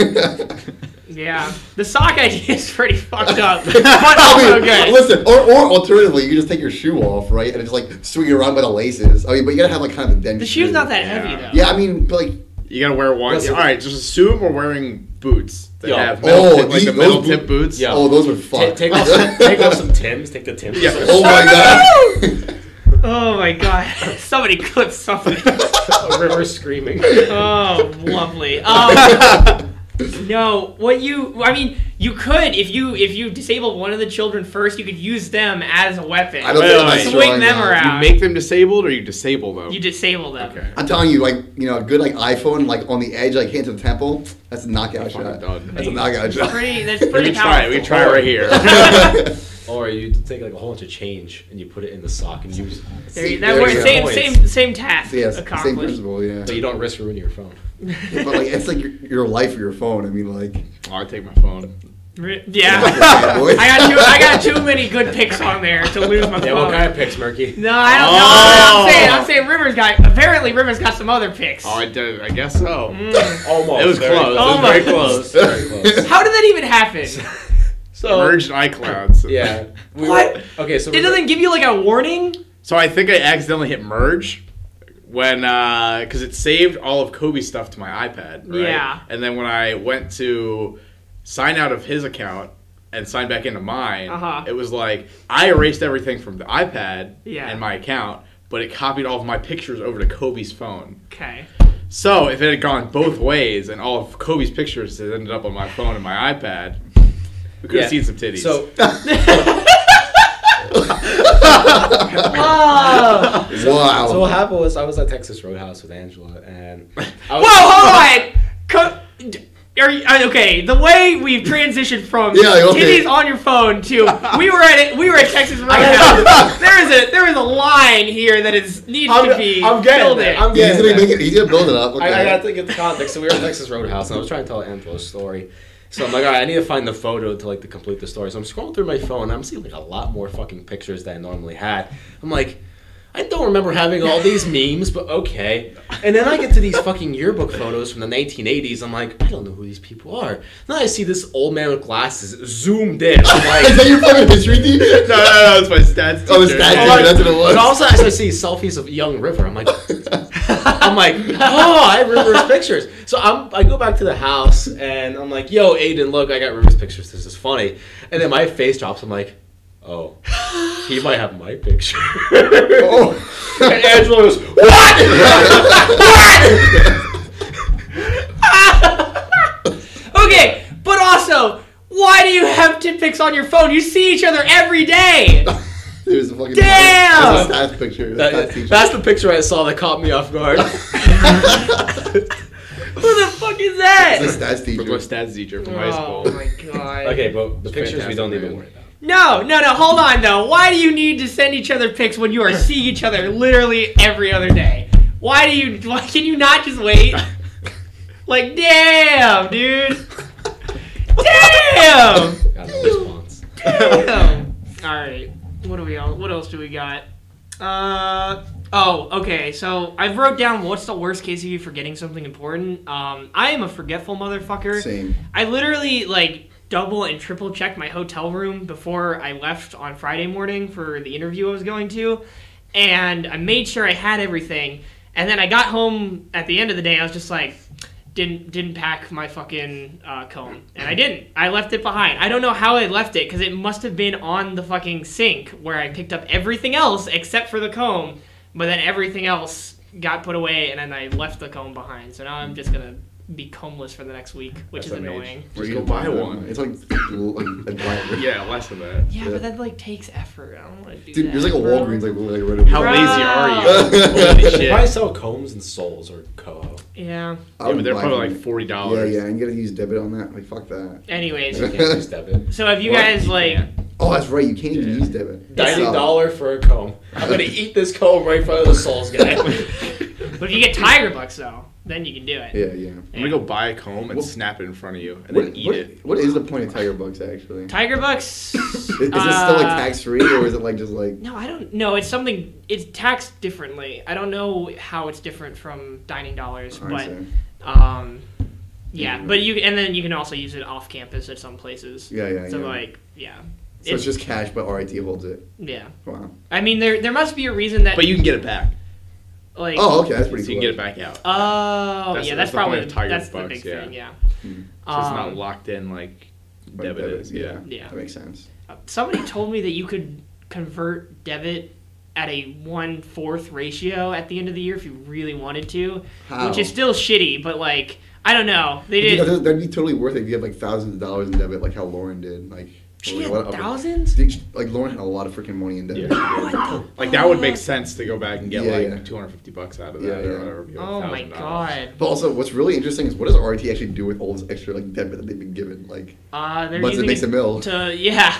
Speaker 1: *laughs* yeah, the sock idea is pretty fucked
Speaker 3: *laughs*
Speaker 1: up, but
Speaker 3: I
Speaker 1: also
Speaker 3: mean,
Speaker 1: good.
Speaker 3: Listen, or, or alternatively, you just take your shoe off, right, and it's like swing it around by the laces. I mean, but you gotta have like kind of a dense.
Speaker 1: The shoe's
Speaker 3: shoe.
Speaker 1: not that
Speaker 4: Yeah.
Speaker 1: heavy though.
Speaker 3: Yeah, I mean, but like,
Speaker 4: You gotta wear one.
Speaker 2: Listen.
Speaker 4: All right, just assume we're wearing boots that
Speaker 2: Yeah.
Speaker 4: have metal
Speaker 3: Oh,
Speaker 4: tip, like
Speaker 3: these-
Speaker 4: the metal
Speaker 3: those
Speaker 4: tip
Speaker 3: boot-
Speaker 4: boots.
Speaker 2: Yeah.
Speaker 3: oh, those were
Speaker 2: Ta-
Speaker 3: fun.
Speaker 2: take,
Speaker 3: *laughs*
Speaker 2: off some, take off some Tims. Take the Tims.
Speaker 4: Yeah.
Speaker 3: oh my
Speaker 1: *laughs*
Speaker 3: god. *laughs*
Speaker 1: Oh my god! *laughs* Somebody clip something.
Speaker 2: Oh, *laughs* River
Speaker 4: *laughs*
Speaker 2: screaming.
Speaker 1: Oh, lovely. Um, no, what you? I mean, you could if you if you disabled one of the children first, you could use them as a weapon.
Speaker 3: I don't
Speaker 4: Wait,
Speaker 3: think
Speaker 4: wait,
Speaker 3: I'm
Speaker 4: wait.
Speaker 3: strong
Speaker 1: Swing them
Speaker 3: enough.
Speaker 1: around.
Speaker 4: You make them disabled or you disable them.
Speaker 1: You disable them.
Speaker 4: okay.
Speaker 3: I'm telling you, like you know, a good like iPhone, like on the edge, like hand to the temple. That's a knockout
Speaker 4: Fucking
Speaker 3: shot.
Speaker 4: done.
Speaker 3: That's a knockout shot.
Speaker 1: Pretty.
Speaker 3: *laughs*
Speaker 1: That's
Speaker 4: *laughs* We
Speaker 1: pretty
Speaker 4: can try it. We can
Speaker 1: powerful.
Speaker 4: try it right here.
Speaker 2: Or you take like a whole bunch of change and you put it in the sock and use.
Speaker 1: There you-
Speaker 3: See,
Speaker 1: that
Speaker 3: there
Speaker 1: works.
Speaker 3: you go.
Speaker 1: Same,
Speaker 2: Points.
Speaker 1: same, same task
Speaker 3: So, yes, same
Speaker 1: accomplished.
Speaker 3: principle, yeah.
Speaker 2: So you don't risk ruining your
Speaker 4: *laughs*
Speaker 2: phone.
Speaker 3: but like, it's like your, your life or your phone. I
Speaker 1: *laughs*
Speaker 3: mean, like,
Speaker 4: *laughs* Oh, I take my phone.
Speaker 1: Re- Yeah, *laughs* I got too, I got too many good picks on there to lose my
Speaker 2: Yeah,
Speaker 1: phone.
Speaker 2: what kind of picks, Murky?
Speaker 1: No, I don't know. I'm saying, I'm saying Rivers got. Apparently, Rivers got some other picks.
Speaker 4: Oh, I did. I guess so.
Speaker 2: *laughs* Almost.
Speaker 4: It was
Speaker 2: very
Speaker 4: close.
Speaker 1: Mm.
Speaker 4: *laughs*
Speaker 1: Oh
Speaker 4: it was very
Speaker 1: my-
Speaker 4: close.
Speaker 2: Very close.
Speaker 1: How did that even
Speaker 4: *laughs*
Speaker 1: happen?
Speaker 2: So
Speaker 4: Merged iClouds.
Speaker 2: Uh, *laughs* yeah, we
Speaker 1: What?
Speaker 2: were- okay, so
Speaker 1: It doesn't give you like a warning.
Speaker 4: So I think I accidentally hit merge when because it saved all of Kobe's stuff to my iPad. Right?
Speaker 1: Yeah.
Speaker 4: And then when I went to sign out of his account and sign back into mine,
Speaker 1: Uh-huh.
Speaker 4: it was like I erased everything from the iPad
Speaker 1: Yeah.
Speaker 4: and my account, but it copied all of my pictures over to Kobe's phone.
Speaker 1: Okay.
Speaker 4: So if it had gone both ways and all of Kobe's pictures had ended up on my phone and my iPad, we could have
Speaker 2: Yeah.
Speaker 4: seen some titties.
Speaker 2: So
Speaker 1: Whoa!
Speaker 3: *laughs* wow.
Speaker 2: so what happened was I was at Texas Roadhouse with Angela
Speaker 4: *laughs*
Speaker 2: and I
Speaker 1: Whoa! Hold
Speaker 2: was,
Speaker 1: on. Co- d- are you, uh, okay, the way we've transitioned from
Speaker 3: Yeah, okay.
Speaker 1: titties on your phone to we were at it, we were at
Speaker 2: *laughs*
Speaker 1: Texas Roadhouse. there is a there is a line here that is needs
Speaker 2: I'm,
Speaker 1: to be
Speaker 2: I'm getting
Speaker 1: filled
Speaker 2: there.
Speaker 1: in.
Speaker 2: I'm
Speaker 3: He's
Speaker 2: getting
Speaker 3: gonna
Speaker 2: there.
Speaker 3: make it. He's gonna build it up.
Speaker 2: I, I
Speaker 3: okay.
Speaker 2: gotta think of the context. So we were at Texas Roadhouse, and I was trying to tell Angela's story. So I'm like, all right, I need to find the photo to like to complete the story. So I'm scrolling through my phone, and I'm seeing like a lot more fucking pictures than I normally had. I'm like, I don't remember having all these memes, but okay. And then I get to these fucking yearbook photos from the 1980s. I'm like, I don't know who these people are. Then I see this old man with glasses zoomed in.
Speaker 3: *laughs*
Speaker 2: I'm
Speaker 3: Is
Speaker 2: like,
Speaker 3: that your fucking history teacher?
Speaker 4: *laughs* *laughs* no, no, no, it's my stats.
Speaker 3: Oh, it's
Speaker 4: teacher. *laughs*
Speaker 3: stats
Speaker 2: I'm like-
Speaker 3: That's what it was.
Speaker 2: But also, as I see selfies of young River, I'm like, *laughs* I'm like, oh, I have
Speaker 3: *laughs*
Speaker 2: River's pictures. So I'm, I go back to the house and I'm like, yo, Aiden, look, I got River's pictures. This is funny. And then my face drops. I'm like, oh, he might have my picture.
Speaker 3: Oh. *laughs*
Speaker 2: and Angela goes, what?
Speaker 1: Okay, but also, why do you have tit pics on your phone? You see each other every
Speaker 2: *laughs*
Speaker 1: day.
Speaker 3: It was a fucking
Speaker 1: Damn!
Speaker 3: That's a staff picture. That's not
Speaker 2: That-
Speaker 3: teacher.
Speaker 2: that's the picture I saw that caught me off
Speaker 3: *laughs*
Speaker 2: guard.
Speaker 1: Who the fuck is
Speaker 3: That's
Speaker 1: that?
Speaker 3: a stats
Speaker 4: From my
Speaker 3: teacher.
Speaker 4: stats teacher from high
Speaker 1: Oh
Speaker 4: school.
Speaker 2: *laughs*
Speaker 1: my god.
Speaker 2: okay, but the pictures we
Speaker 4: fantastic,
Speaker 2: don't
Speaker 4: man.
Speaker 2: even worry about.
Speaker 1: No, no, no. Hold on though. Why do you need to send each other pics when you are seeing each other literally every other day? Why do you? Why can you not just wait? Like, damn, dude. Damn.
Speaker 2: Got no response.
Speaker 1: Damn. All right. What do we all? What else do we got? Uh oh. Okay. So I wrote down what's the worst case of you forgetting something important. Um, I am a forgetful motherfucker.
Speaker 3: Same.
Speaker 1: I literally like double and triple checked my hotel room before I left on Friday morning for the interview I was going to, and I made sure I had everything. And then I got home at the end of the day. I was just like, didn't didn't pack my fucking uh, comb, and I didn't. I left it behind. I don't know how I left it because it must have been on the fucking sink where I picked up everything else except for the comb. But then everything else got put away, and then I left the comb behind. So now I'm just gonna be combless for the next week, which
Speaker 2: That's
Speaker 1: is
Speaker 2: amazing.
Speaker 1: annoying.
Speaker 4: Just go buy one.
Speaker 3: It's like, like a dollar.
Speaker 4: Yeah, less than that.
Speaker 1: Yeah, but that like takes effort. I don't want to do
Speaker 3: Dude,
Speaker 1: that.
Speaker 3: there's like a
Speaker 1: bro.
Speaker 3: Walgreens like, like right over
Speaker 4: How
Speaker 1: Bro.
Speaker 3: here.
Speaker 4: lazy
Speaker 3: *laughs*
Speaker 4: are you? Holy shit.
Speaker 2: They probably sell combs and soles or coho.
Speaker 1: Yeah.
Speaker 3: I
Speaker 4: Yeah,
Speaker 3: would
Speaker 4: but they're
Speaker 3: buy
Speaker 4: probably
Speaker 3: from
Speaker 4: like
Speaker 3: it.
Speaker 4: forty
Speaker 3: Yeah,
Speaker 4: dollars.
Speaker 3: yeah, and you gotta use debit on that. Like, fuck that.
Speaker 1: Anyways,
Speaker 2: You can't use debit.
Speaker 1: so have you
Speaker 3: What?
Speaker 1: guys like?
Speaker 3: Oh, that's right. You can't even
Speaker 4: Yeah.
Speaker 3: use debit.
Speaker 2: Ninety
Speaker 4: um,
Speaker 3: Sucks.
Speaker 2: dollar for a comb. I'm
Speaker 4: *laughs*
Speaker 2: gonna eat this comb right in front of the soles guy.
Speaker 1: But if you get Tiger Bucks though, then you can do it.
Speaker 3: Yeah, yeah.
Speaker 4: I'm gonna go buy a comb and
Speaker 3: What-
Speaker 4: snap it in front of you and
Speaker 3: What,
Speaker 4: then eat
Speaker 3: what-
Speaker 4: it.
Speaker 3: what is the point of Tiger Bucks
Speaker 4: *laughs*
Speaker 3: actually? Is,
Speaker 1: Tiger Bucks.
Speaker 3: *laughs*
Speaker 1: uh,
Speaker 3: is this still like
Speaker 4: Uh,
Speaker 3: tax free or is it like just like?
Speaker 1: No, I don't know. It's something. It's taxed differently. I don't know how it's different from dining dollars,
Speaker 3: Oh, I
Speaker 1: but
Speaker 3: see.
Speaker 1: um, yeah.
Speaker 3: Yeah.
Speaker 1: But you and then you can also use it off campus at some places.
Speaker 3: Yeah, yeah,
Speaker 1: So
Speaker 3: yeah.
Speaker 1: like, yeah,
Speaker 3: so it's just cash, but RIT holds it.
Speaker 1: yeah.
Speaker 3: Wow.
Speaker 1: I mean, there there must be a reason that
Speaker 4: But you can get it back.
Speaker 1: like
Speaker 3: Oh, okay, that's pretty
Speaker 4: so
Speaker 3: cool.
Speaker 4: you can get it back out. So
Speaker 1: Oh,
Speaker 4: That's-
Speaker 1: yeah, that's,
Speaker 4: that's the point
Speaker 1: probably
Speaker 4: of Tiger
Speaker 1: that's the
Speaker 4: Bucks,
Speaker 1: big
Speaker 4: yeah.
Speaker 1: thing, yeah.
Speaker 3: Mm-hmm.
Speaker 4: it's not
Speaker 1: Um,
Speaker 4: locked in like
Speaker 3: Like
Speaker 4: debit is. Yeah.
Speaker 1: Yeah.
Speaker 3: That makes sense.
Speaker 1: Somebody told me that you could convert debit at a one fourth ratio at the end of the year if you really wanted to,
Speaker 3: How?
Speaker 1: which is still shitty, but like I don't know, they
Speaker 3: You know,
Speaker 1: did.
Speaker 3: that'd- that'd be totally worth it if you had like thousands of dollars in debit, like how Lauren did. Like
Speaker 1: She had
Speaker 3: what- what-
Speaker 1: thousands.
Speaker 3: Like Lauren had a lot of freaking money in debit.
Speaker 4: Like that would
Speaker 1: Oh.
Speaker 4: make sense to go back and get
Speaker 3: Yeah,
Speaker 4: like
Speaker 3: yeah.
Speaker 4: 250 bucks out of
Speaker 3: Yeah,
Speaker 4: that
Speaker 3: yeah.
Speaker 4: or whatever. be like
Speaker 1: Oh my
Speaker 4: $1,000.
Speaker 1: god.
Speaker 3: *laughs* But also, what's really interesting is what does RIT actually do with all this extra like debit that they've been given? Like,
Speaker 1: Uh, they're
Speaker 3: Once it
Speaker 1: using
Speaker 3: makes a mill.
Speaker 1: to *laughs* yeah,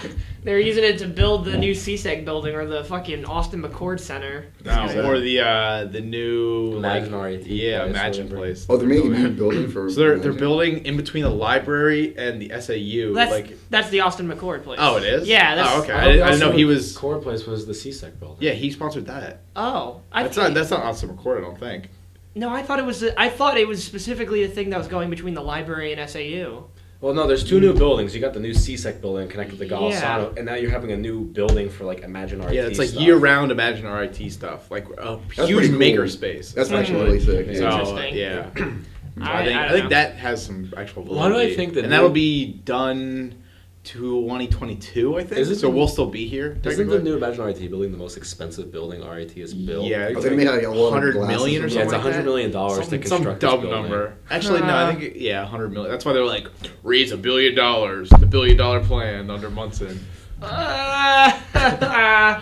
Speaker 1: they're using it to build the new CSEC building or the fucking Austin McCord Center.
Speaker 4: No, or the uh, the new
Speaker 2: Imagine
Speaker 4: like,
Speaker 2: RIT
Speaker 4: yeah,
Speaker 2: place,
Speaker 4: Imagine
Speaker 2: whatever.
Speaker 4: place.
Speaker 3: oh, they're making
Speaker 4: *laughs*
Speaker 3: a new building for.
Speaker 4: So they're they're
Speaker 3: Imagine.
Speaker 4: building in between the library and the SAU.
Speaker 1: That's
Speaker 4: like
Speaker 1: that's the Austin McCord place.
Speaker 4: oh, it is.
Speaker 1: Yeah. That's,
Speaker 4: oh, okay. I, didn't- I didn't know he was.
Speaker 2: Core place was the CSEC building.
Speaker 4: Yeah, he sponsored that.
Speaker 1: Oh, I
Speaker 4: That's
Speaker 1: thought-
Speaker 4: not that's not awesome record. I don't think.
Speaker 1: No, I thought it was. I thought it was specifically the thing that was going between the library and SAU.
Speaker 2: Well, no, there's two new buildings. You got the new CSEC building connected to Golisano,
Speaker 1: Yeah.
Speaker 2: and now you're having a new building for like Imagine RT.
Speaker 4: Yeah, it's like
Speaker 2: stuff.
Speaker 4: year round Imagine RIT stuff. Like a
Speaker 3: That's
Speaker 4: huge
Speaker 3: pretty cool.
Speaker 4: maker space.
Speaker 3: That's
Speaker 1: Mm-hmm.
Speaker 3: actually really sick.
Speaker 2: Yeah.
Speaker 4: so, uh,
Speaker 1: Interesting.
Speaker 4: yeah. I,
Speaker 1: Hmm. *clears throat* I,
Speaker 4: think,
Speaker 1: I
Speaker 4: I
Speaker 1: don't
Speaker 4: think
Speaker 1: know.
Speaker 4: that has some actual.
Speaker 2: Why do I
Speaker 4: validity.
Speaker 2: think that
Speaker 4: And that'll
Speaker 2: new-
Speaker 4: be done to 2022. I think.
Speaker 2: Isn't
Speaker 4: so
Speaker 2: the-
Speaker 4: we'll still be here.
Speaker 2: Isn't
Speaker 4: technically.
Speaker 2: the new Imagine RIT building the most expensive building RIT has built?
Speaker 4: Yeah,
Speaker 3: Oh,
Speaker 4: it's
Speaker 3: they made, like, a lot of
Speaker 4: 100
Speaker 3: glasses
Speaker 4: million or
Speaker 3: and
Speaker 2: Yeah, it's
Speaker 4: something. like that.
Speaker 2: hundred million dollars to
Speaker 4: Some,
Speaker 2: construct
Speaker 4: some
Speaker 2: this
Speaker 4: dumb
Speaker 2: building.
Speaker 4: number. Actually, no, I
Speaker 1: Uh,
Speaker 4: think yeah, 100 million. That's why they're like raise a billion dollars, the billion dollar plan under Munson.
Speaker 1: Uh, *laughs*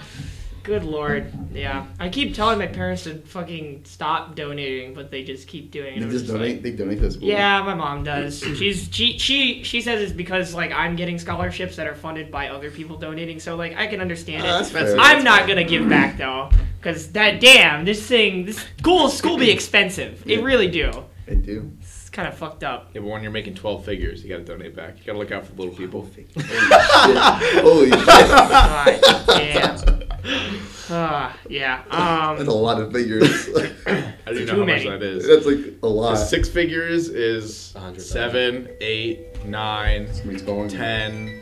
Speaker 1: good lord. Yeah, I keep telling my parents to fucking stop donating, but they just keep doing it.
Speaker 3: They
Speaker 1: I'm
Speaker 3: just
Speaker 1: just like,
Speaker 3: donate. They donate to the school.
Speaker 1: yeah, my mom does. She's she she she says it's because like I'm getting scholarships that are funded by other people donating, so like I can
Speaker 3: Ah,
Speaker 1: understand it.
Speaker 3: that's
Speaker 4: That's-
Speaker 3: fair.
Speaker 1: I'm not gonna give back though, cause that damn this thing this school school be expensive. It really do. *laughs*
Speaker 3: They do.
Speaker 1: It's kind of fucked
Speaker 3: *laughs*
Speaker 1: up.
Speaker 4: Yeah, but when you're making 12 figures, you got to donate back. You got to look out for little people.
Speaker 3: Holy shit.
Speaker 1: God damn. Ah, yeah.
Speaker 3: That's
Speaker 1: Um,
Speaker 3: a lot of figures. *laughs*
Speaker 4: I don't even know
Speaker 1: Too
Speaker 4: how
Speaker 1: many.
Speaker 4: much that is.
Speaker 3: That's like a lot.
Speaker 4: 'Cause six figures is
Speaker 2: 100,000.
Speaker 4: seven, eight, nine,
Speaker 3: Somebody's going.
Speaker 4: ten.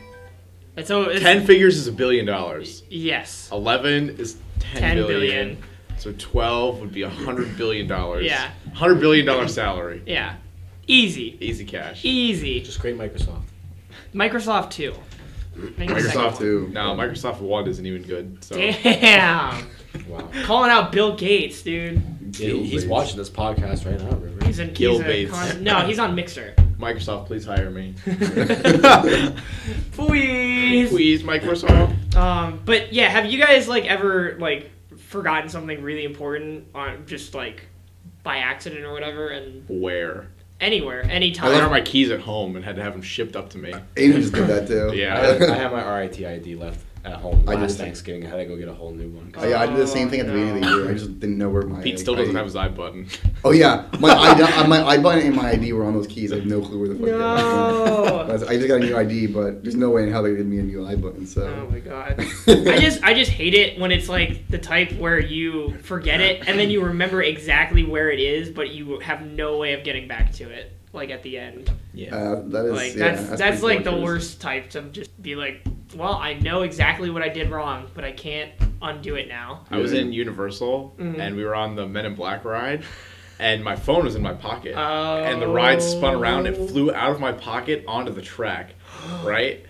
Speaker 1: it's, so it's,
Speaker 4: Ten figures is a billion dollars.
Speaker 1: Yes.
Speaker 4: Eleven is
Speaker 1: 10
Speaker 4: ten billion.
Speaker 1: billion.
Speaker 4: So twelve would be a hundred billion dollars.
Speaker 1: Yeah.
Speaker 4: Hundred billion dollar salary.
Speaker 1: Yeah. Easy.
Speaker 4: Easy cash.
Speaker 1: Easy.
Speaker 2: Just great Microsoft.
Speaker 1: Microsoft too. Make the second
Speaker 4: Microsoft
Speaker 1: one.
Speaker 3: too.
Speaker 4: No, Microsoft One isn't even good. So
Speaker 1: Damn.
Speaker 4: *laughs*
Speaker 2: Wow.
Speaker 1: Calling out Bill Gates, dude.
Speaker 2: He- he's
Speaker 3: Guild-based.
Speaker 2: watching this podcast right now, River.
Speaker 1: He's a,
Speaker 4: Gil
Speaker 1: he's a
Speaker 4: Bates.
Speaker 1: con- No, he's on Mixer.
Speaker 4: Microsoft, please
Speaker 1: *laughs*
Speaker 4: hire me.
Speaker 3: *laughs*
Speaker 1: Please.
Speaker 4: Please, Microsoft.
Speaker 1: Um, but yeah, have you guys like ever like forgotten something really important on just like by accident or whatever and
Speaker 4: Where?
Speaker 1: anywhere,
Speaker 4: I
Speaker 1: anytime?
Speaker 4: left my keys at home and had to have them shipped up to me.
Speaker 3: Aiden just did that too.
Speaker 2: I,
Speaker 4: Yeah.
Speaker 2: had- I had my RIT ID left at home
Speaker 3: I
Speaker 2: last
Speaker 3: did the same.
Speaker 2: Thanksgiving. I had to go get a whole new one. 'cause
Speaker 3: *laughs* Oh, yeah, I did the same thing at the
Speaker 1: Oh,
Speaker 3: beginning of the
Speaker 1: no.
Speaker 3: year. I just didn't know where my
Speaker 4: Pete still doesn't
Speaker 3: ID
Speaker 4: have his iButton. button.
Speaker 3: Oh yeah, my ID, my I button and my ID were on those keys. I have no clue where the fuck. they
Speaker 1: No.
Speaker 3: are. *laughs* That's- I just got a new ID, but there's no way in hell they did me a new I button.
Speaker 1: Oh
Speaker 3: So
Speaker 1: my god. Oh.
Speaker 3: *laughs*
Speaker 1: I just I just hate it when it's like the type where you forget it and then you remember exactly where it is, but you have no way of getting back to it. Like at the end,
Speaker 2: Yeah.
Speaker 3: uh, that is
Speaker 1: like
Speaker 3: yeah,
Speaker 1: that's that's,
Speaker 3: pretty
Speaker 1: like the
Speaker 3: torturous.
Speaker 1: worst type to just be like, well, I know exactly what I did wrong, but I can't undo it now.
Speaker 4: I was in Universal
Speaker 1: Mhm.
Speaker 4: and we were on the Men in Black ride, and my phone was in my pocket.
Speaker 1: Oh.
Speaker 4: And the ride spun around and flew out of my pocket onto the track, right?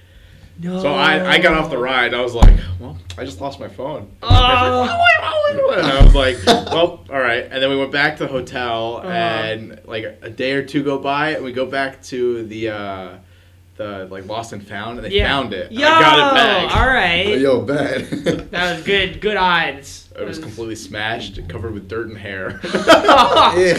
Speaker 1: No.
Speaker 4: So I, I got off the ride. I was like, well, I just lost my phone. And
Speaker 1: *laughs* Oh.
Speaker 4: I was like, well, all right. And then we went back to the hotel,
Speaker 1: Oh.
Speaker 4: and like a day or two go by, and we go back to the uh, the like lost and found, and they
Speaker 1: Yeah.
Speaker 4: found it.
Speaker 1: Yo,
Speaker 4: I got it back.
Speaker 1: all
Speaker 3: Oh,
Speaker 1: right.
Speaker 3: Yo, bad.
Speaker 1: That was good. Good odds.
Speaker 4: It was completely smashed, covered with dirt and
Speaker 1: *laughs*
Speaker 4: hair. *laughs*
Speaker 1: oh,
Speaker 3: *laughs* Yeah.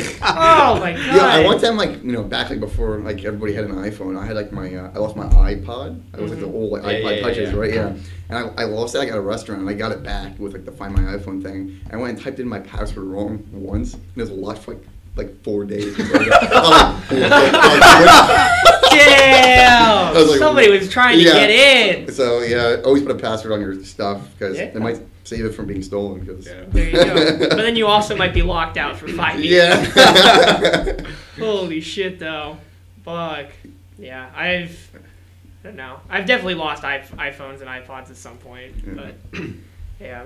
Speaker 1: my god.
Speaker 3: Yeah, I one time like you know back like before like everybody had an iPhone. I had like my uh, I lost my iPod. I was like the old like,
Speaker 4: Yeah, yeah,
Speaker 3: iPod
Speaker 4: yeah,
Speaker 3: touches,
Speaker 4: yeah.
Speaker 3: right? Yeah. And I, I lost it like, at a restaurant and I got it back with like the find my iPhone thing. I went and typed in my password wrong once and it was locked for like like four days. *laughs* I was like,
Speaker 1: Damn.
Speaker 3: I was like,
Speaker 1: Somebody was trying to
Speaker 3: yeah.
Speaker 1: get in.
Speaker 3: so yeah, always put a password on your stuff because
Speaker 1: Yeah.
Speaker 3: it might save it from being stolen. Cause,
Speaker 4: Yeah.
Speaker 1: There you
Speaker 3: *laughs*
Speaker 1: go. But then you also might be locked out for five years.
Speaker 3: yeah. *laughs*
Speaker 1: Holy shit, though. Fuck. Yeah, I've. I don't know. I've definitely lost iP- iPhones and iPods at some point.
Speaker 3: Yeah.
Speaker 1: But yeah.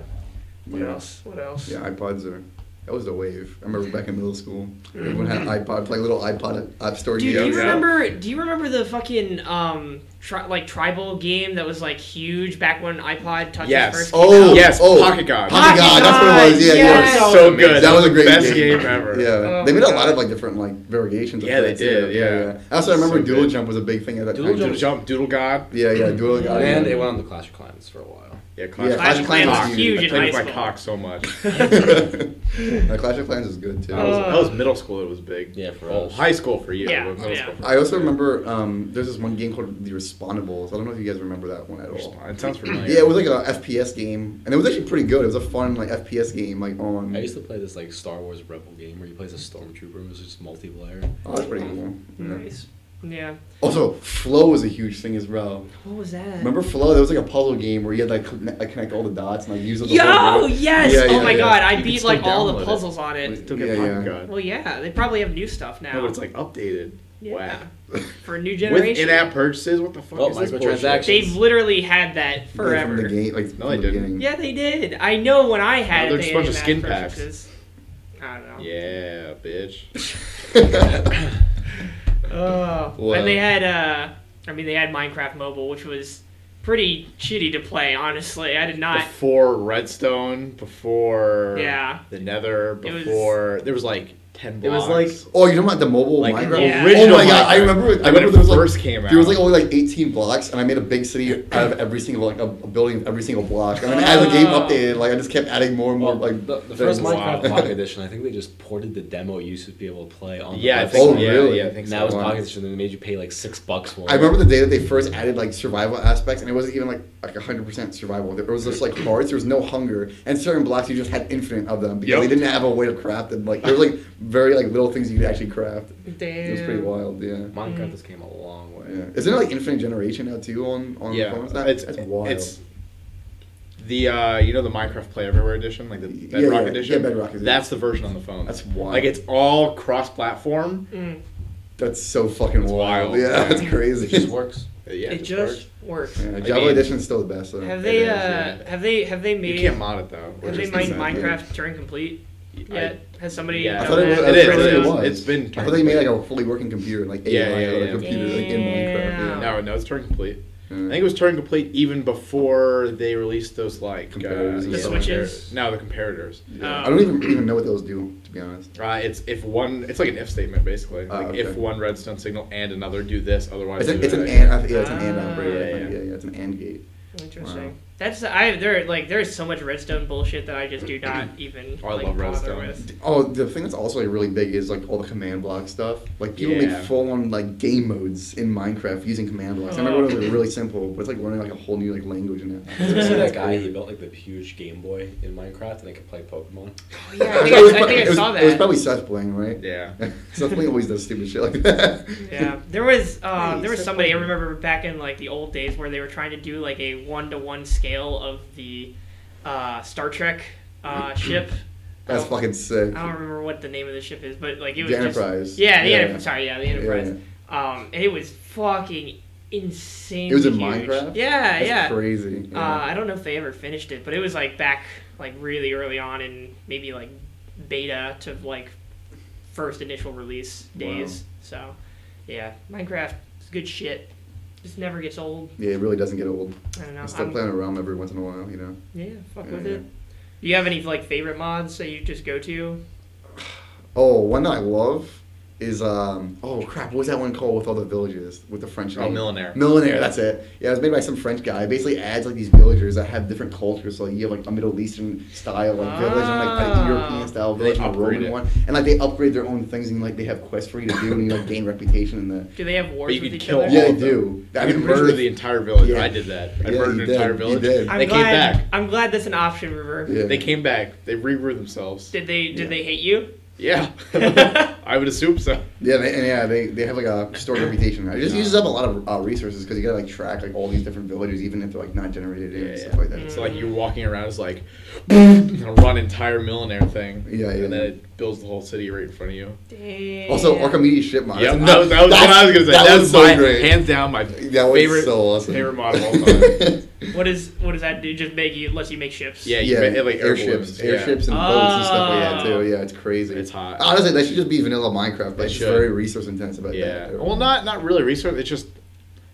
Speaker 1: What
Speaker 3: Yeah.
Speaker 1: else? What else?
Speaker 3: Yeah, iPods are. That was the wave. I remember back in middle school, everyone had iPod, like little iPod app store
Speaker 1: Dude,
Speaker 3: games.
Speaker 1: do you
Speaker 4: Mm-hmm. Yeah.
Speaker 1: remember? Do you remember the fucking um, tri- like tribal game that was like huge back when iPod Touches
Speaker 4: Yes.
Speaker 1: first came
Speaker 3: Oh,
Speaker 1: out?
Speaker 4: Yes,
Speaker 3: oh,
Speaker 4: Pocket God.
Speaker 3: Pocket God, that's what it was. Yeah,
Speaker 1: Yes.
Speaker 3: yeah.
Speaker 1: That was
Speaker 4: so
Speaker 2: amazing.
Speaker 4: good.
Speaker 3: That was a great
Speaker 4: best
Speaker 3: game.
Speaker 4: game, ever.
Speaker 3: Yeah,
Speaker 1: Oh
Speaker 3: they
Speaker 1: my
Speaker 3: made a lot
Speaker 1: God.
Speaker 3: of like different like variations. of
Speaker 4: Yeah, they
Speaker 3: that, too.
Speaker 4: did, yeah.
Speaker 3: I also remember
Speaker 4: So
Speaker 3: Doodle
Speaker 4: good.
Speaker 3: Jump was a big thing at that
Speaker 2: Doodle
Speaker 3: time.
Speaker 4: Doodle Jump, Doodle God.
Speaker 3: Yeah,
Speaker 4: *laughs*
Speaker 3: yeah, Doodle Jump.
Speaker 2: and
Speaker 3: *laughs*
Speaker 2: it went on the Clash of Clans for a while.
Speaker 4: Yeah, Clash
Speaker 3: Yeah,
Speaker 4: of
Speaker 3: Clash
Speaker 4: Clans.
Speaker 3: of Clans
Speaker 4: cock.
Speaker 3: was huge
Speaker 4: I
Speaker 1: in
Speaker 4: played
Speaker 1: high
Speaker 4: with my
Speaker 1: school.
Speaker 4: cock so much.
Speaker 3: Now, Clash of Clans is good too.
Speaker 4: That was,
Speaker 1: Uh.
Speaker 4: that was middle school. It was big.
Speaker 2: Yeah, for
Speaker 4: Well,
Speaker 2: us.
Speaker 4: high school for you.
Speaker 1: Yeah,
Speaker 4: but middle
Speaker 1: yeah.
Speaker 4: school. For
Speaker 3: I also remember um, there's this one game called The Respondables. I don't know if you guys remember that one at all.
Speaker 4: It sounds familiar.
Speaker 3: Yeah, it was like a FPS game, and it was actually pretty good. It was a fun like FPS game, like on.
Speaker 2: I used to play this like Star Wars Rebel game where you play as a stormtrooper. It was just multiplayer.
Speaker 3: Oh, that's pretty cool. Yeah.
Speaker 1: Nice. Yeah.
Speaker 3: Also, Flow was a huge thing as well.
Speaker 1: What was that?
Speaker 3: Remember Flow? There was like a puzzle game where you had like, conne- like connect all the dots and like use up the whole
Speaker 1: Yo,
Speaker 3: world.
Speaker 1: yes!
Speaker 3: Yeah,
Speaker 1: oh
Speaker 3: yeah,
Speaker 1: my
Speaker 3: yeah.
Speaker 1: god, I
Speaker 4: You can
Speaker 1: beat
Speaker 4: still
Speaker 1: like all
Speaker 4: download
Speaker 1: the
Speaker 4: it.
Speaker 1: puzzles on
Speaker 4: We
Speaker 1: it.
Speaker 4: still get
Speaker 3: Yeah,
Speaker 4: Pocket
Speaker 3: yeah.
Speaker 4: God.
Speaker 1: Well, yeah, they probably have new stuff now.
Speaker 4: No, but it's like updated.
Speaker 1: Yeah.
Speaker 4: Wow.
Speaker 1: for a new
Speaker 4: With
Speaker 1: generation.
Speaker 4: in-app purchases, what the fuck
Speaker 2: Well,
Speaker 4: is this
Speaker 2: microtransactions.
Speaker 4: bullshit?
Speaker 1: They've literally had that
Speaker 3: Like,
Speaker 1: *laughs* forever.
Speaker 3: From the game, like
Speaker 4: No,
Speaker 3: from
Speaker 4: they
Speaker 3: the
Speaker 4: didn't.
Speaker 3: beginning.
Speaker 1: Yeah, they did. I know when I had it.
Speaker 4: No, they're
Speaker 1: they
Speaker 4: just a bunch of
Speaker 1: had
Speaker 4: skin
Speaker 1: in-app
Speaker 4: packs.
Speaker 1: purchases. I don't know.
Speaker 4: Yeah, bitch.
Speaker 1: Oh,
Speaker 3: Wow.
Speaker 1: and they had uh, I mean they had Minecraft Mobile, which was pretty shitty to play. Honestly, I did not.
Speaker 4: Before Redstone, before
Speaker 1: Yeah.
Speaker 4: the Nether,
Speaker 1: It was-
Speaker 4: before there was like ten
Speaker 2: It was
Speaker 4: blocks.
Speaker 2: like-
Speaker 3: *laughs* Oh, you're talking about the mobile
Speaker 2: Like,
Speaker 3: Minecraft?
Speaker 1: yeah.
Speaker 3: Oh
Speaker 4: original
Speaker 3: my god, I
Speaker 4: Minecraft.
Speaker 3: remember.
Speaker 4: Like,
Speaker 3: I
Speaker 4: when
Speaker 3: remember
Speaker 4: it
Speaker 3: there was
Speaker 4: first
Speaker 3: like,
Speaker 4: came
Speaker 3: There was
Speaker 4: out.
Speaker 3: like only like 18 blocks, and I made a big city out of every single like a, a building, every single block. And then as the game
Speaker 1: Oh.
Speaker 3: updated, like I just kept adding more and more
Speaker 2: Well,
Speaker 3: like
Speaker 2: the, the
Speaker 3: things.
Speaker 2: first
Speaker 4: Wow.
Speaker 2: Minecraft Pocket Edition, I think they just ported the demo you used to be able to play on.
Speaker 4: yeah, I
Speaker 2: the
Speaker 4: think,
Speaker 3: Oh,
Speaker 2: website.
Speaker 4: yeah,
Speaker 3: really?
Speaker 4: yeah, I think
Speaker 2: Now
Speaker 4: so.
Speaker 2: it's Pocket Edition, and they made you pay like six bucks for it.
Speaker 3: I remember the day that they first added like survival aspects, and it wasn't even like like hundred percent survival. There was just like hearts. There was no hunger, and certain blocks you just had infinite of them because
Speaker 4: Yep.
Speaker 3: they didn't have a way to craft them. Like there was like very like little things you could actually craft.
Speaker 1: Damn.
Speaker 3: It was pretty wild, yeah.
Speaker 4: Mm.
Speaker 2: Minecraft just came a long way.
Speaker 3: Yeah. Isn't it like infinite generation now too on on
Speaker 4: yeah,
Speaker 3: phones? now?
Speaker 4: it's
Speaker 3: That's wild.
Speaker 4: It's the uh, you know the Minecraft Play Everywhere edition, like the
Speaker 3: Yeah,
Speaker 4: Bedrock
Speaker 3: yeah,
Speaker 4: edition.
Speaker 3: yeah, Bedrock edition.
Speaker 4: That's the version on the phone.
Speaker 3: That's wild.
Speaker 4: Like it's all cross-platform.
Speaker 1: Mm,
Speaker 3: that's so fucking
Speaker 4: It's
Speaker 3: wild.
Speaker 4: wild.
Speaker 3: Yeah, that's crazy.
Speaker 2: It just
Speaker 3: *laughs*
Speaker 2: works.
Speaker 4: Uh, Yeah,
Speaker 1: it
Speaker 4: it's
Speaker 1: just
Speaker 4: hard.
Speaker 1: works.
Speaker 3: yeah,
Speaker 4: I mean-
Speaker 3: Java edition is still the best. Though.
Speaker 1: Have
Speaker 3: It
Speaker 1: they?
Speaker 3: is,
Speaker 1: Uh,
Speaker 3: yeah.
Speaker 1: Have they? Have they
Speaker 4: you
Speaker 1: made?
Speaker 4: can't mod it though.
Speaker 1: Have
Speaker 4: which
Speaker 1: they
Speaker 4: is
Speaker 1: made
Speaker 4: sad.
Speaker 1: Minecraft Turing complete yet? Has somebody?
Speaker 4: Yeah.
Speaker 3: I
Speaker 1: done
Speaker 3: thought it was.
Speaker 1: that?
Speaker 3: I
Speaker 4: It is,
Speaker 3: thought
Speaker 4: it is.
Speaker 3: was.
Speaker 4: It's been
Speaker 3: I thought they made like a fully working computer, like AI
Speaker 4: Yeah, yeah,
Speaker 3: on a
Speaker 4: yeah.
Speaker 3: computer, like in Minecraft.
Speaker 1: Damn.
Speaker 3: Yeah.
Speaker 4: No, no, it's Turing complete. I think it was Turn Complete even before they released those like uh,
Speaker 3: Comparators and
Speaker 1: The
Speaker 3: stuff
Speaker 4: yeah,
Speaker 3: like
Speaker 1: switches.
Speaker 4: no the comparators.
Speaker 1: Um,
Speaker 3: I don't even, even know what those do, to be honest.
Speaker 4: Uh, it's if one, it's like an if statement basically.
Speaker 3: Ah,
Speaker 4: Like if
Speaker 3: okay.
Speaker 4: one redstone signal and another do this, otherwise
Speaker 3: It's an,
Speaker 4: do
Speaker 3: it's an
Speaker 4: that.
Speaker 3: and, I think- yeah, it's an and operator.
Speaker 4: Ah, yeah,
Speaker 3: Yeah,
Speaker 4: yeah.
Speaker 3: yeah, yeah, it's an and gate.
Speaker 1: Interesting.
Speaker 3: Wow.
Speaker 1: That's I there like there's so much redstone bullshit that I just do not even
Speaker 4: Oh, I
Speaker 1: like,
Speaker 4: love
Speaker 1: bother
Speaker 4: redstone.
Speaker 1: with.
Speaker 3: Oh, the thing that's also like, really big is like all the command block stuff. Like people
Speaker 4: Yeah.
Speaker 3: make full on like game modes in Minecraft using command blocks. I remember one of them was really simple, but it's like learning like a whole new like language in
Speaker 2: Did you see
Speaker 3: it.
Speaker 2: that guy? He built like the huge Game Boy in Minecraft, and they could play Pokemon.
Speaker 1: Oh, yeah, I think I, I, think I
Speaker 3: *laughs* It was-
Speaker 1: saw
Speaker 3: It was
Speaker 1: that.
Speaker 3: probably Seth Bling, right?
Speaker 4: Yeah.
Speaker 3: *laughs* Seth Bling always does stupid shit like that.
Speaker 1: Yeah, there was uh,
Speaker 3: Hey,
Speaker 1: there was
Speaker 3: so
Speaker 1: somebody I
Speaker 3: funny.
Speaker 1: remember back in like the old days where they were trying to do like a one to one scale of the uh, Star Trek
Speaker 3: *clears throat*
Speaker 1: uh, ship. I
Speaker 3: *laughs* That's
Speaker 1: don't-
Speaker 3: fucking sick.
Speaker 1: I don't remember what the name of the ship is, but like it was
Speaker 3: The
Speaker 1: just-
Speaker 3: Enterprise.
Speaker 1: yeah, the
Speaker 3: Yeah.
Speaker 1: Enterprise. Sorry, yeah, the Enterprise.
Speaker 3: Yeah.
Speaker 1: Um, it was fucking insane.
Speaker 3: It was in
Speaker 1: huge.
Speaker 3: Minecraft?
Speaker 1: Yeah,
Speaker 3: That's
Speaker 1: yeah.
Speaker 3: crazy.
Speaker 1: Uh, I don't know if they ever finished it, but it was like back like really early on in maybe like beta to like first initial release days. So yeah, Minecraft is good shit. Just never gets old.
Speaker 3: yeah, it really doesn't get old.
Speaker 1: I don't know.
Speaker 3: I still
Speaker 1: I'm-
Speaker 3: playing a realm every once in a while, you know.
Speaker 1: yeah, fuck
Speaker 3: Yeah,
Speaker 1: with
Speaker 3: yeah.
Speaker 1: it. Do you have any like favorite mods that you just go to?
Speaker 3: Oh, one that I love is um oh crap, what was that one called with all the villages with the French?
Speaker 4: Oh,
Speaker 3: name?
Speaker 4: Millionaire.
Speaker 3: Millionaire, that's it. Yeah, it was made by some French guy. It basically adds like these villagers that have different cultures. So like, you have like a Middle Eastern style like village and like
Speaker 1: Ah.
Speaker 3: a European style
Speaker 4: They
Speaker 3: village and a
Speaker 4: upgrade
Speaker 3: Roman
Speaker 4: it.
Speaker 3: one, and like they upgrade their own things and like they have quests for you to do and you like gain reputation in the.
Speaker 1: Do they have wars
Speaker 4: you
Speaker 1: with
Speaker 4: could
Speaker 1: each
Speaker 4: kill
Speaker 1: other?
Speaker 4: all
Speaker 3: Yeah, they
Speaker 4: of them.
Speaker 3: do.
Speaker 4: I
Speaker 3: mean,
Speaker 4: could
Speaker 3: pretty
Speaker 4: murder
Speaker 3: sure
Speaker 4: the entire village.
Speaker 3: Yeah.
Speaker 4: I did that. I
Speaker 3: Yeah,
Speaker 4: murdered
Speaker 3: you
Speaker 4: an
Speaker 3: did.
Speaker 4: entire
Speaker 3: You
Speaker 4: village.
Speaker 3: did.
Speaker 1: I'm
Speaker 4: They
Speaker 1: glad,
Speaker 4: came back.
Speaker 1: I'm glad that's an option, River.
Speaker 3: Yeah.
Speaker 4: They came back. They regrew themselves.
Speaker 1: Did they did
Speaker 3: Yeah.
Speaker 1: they hate you?
Speaker 4: *laughs* Yeah.
Speaker 1: *laughs*
Speaker 4: I would assume so.
Speaker 3: Yeah, they, and yeah, they, they have like a stored reputation. It just uses up a lot of uh, resources because you gotta like track like all these different villages, even if they're like not generated in
Speaker 4: Yeah,
Speaker 3: and
Speaker 4: yeah.
Speaker 3: stuff like that.
Speaker 4: So like
Speaker 1: Mm.
Speaker 4: you're walking around, it's like *laughs* a run entire millionaire thing.
Speaker 3: Yeah, yeah.
Speaker 4: And then it builds the whole city right in front of you.
Speaker 1: Damn.
Speaker 3: Also, Archimedes ship mod.
Speaker 4: Yeah,
Speaker 3: That's-
Speaker 4: that was, that was what I was gonna say.
Speaker 3: That,
Speaker 4: That's
Speaker 3: was
Speaker 4: my,
Speaker 3: so great.
Speaker 4: hands down
Speaker 3: *laughs*
Speaker 4: my
Speaker 3: that was
Speaker 4: favorite
Speaker 3: so awesome.
Speaker 4: favorite
Speaker 3: *laughs*
Speaker 4: mod of all time.
Speaker 1: What is what does that do? Just make you lets you make ships.
Speaker 4: yeah, you
Speaker 3: yeah,
Speaker 4: made, like air
Speaker 3: airships,
Speaker 4: balloons, yeah. Ah.
Speaker 3: airships, and boats and stuff like that
Speaker 1: Oh.
Speaker 3: too. Yeah, it's crazy.
Speaker 4: It's hot.
Speaker 3: Honestly, that should just be vanilla Minecraft, but
Speaker 4: It
Speaker 3: it's
Speaker 4: should.
Speaker 3: very resource intensive. Like
Speaker 4: Yeah.
Speaker 3: That.
Speaker 4: Well, not not really research. It's just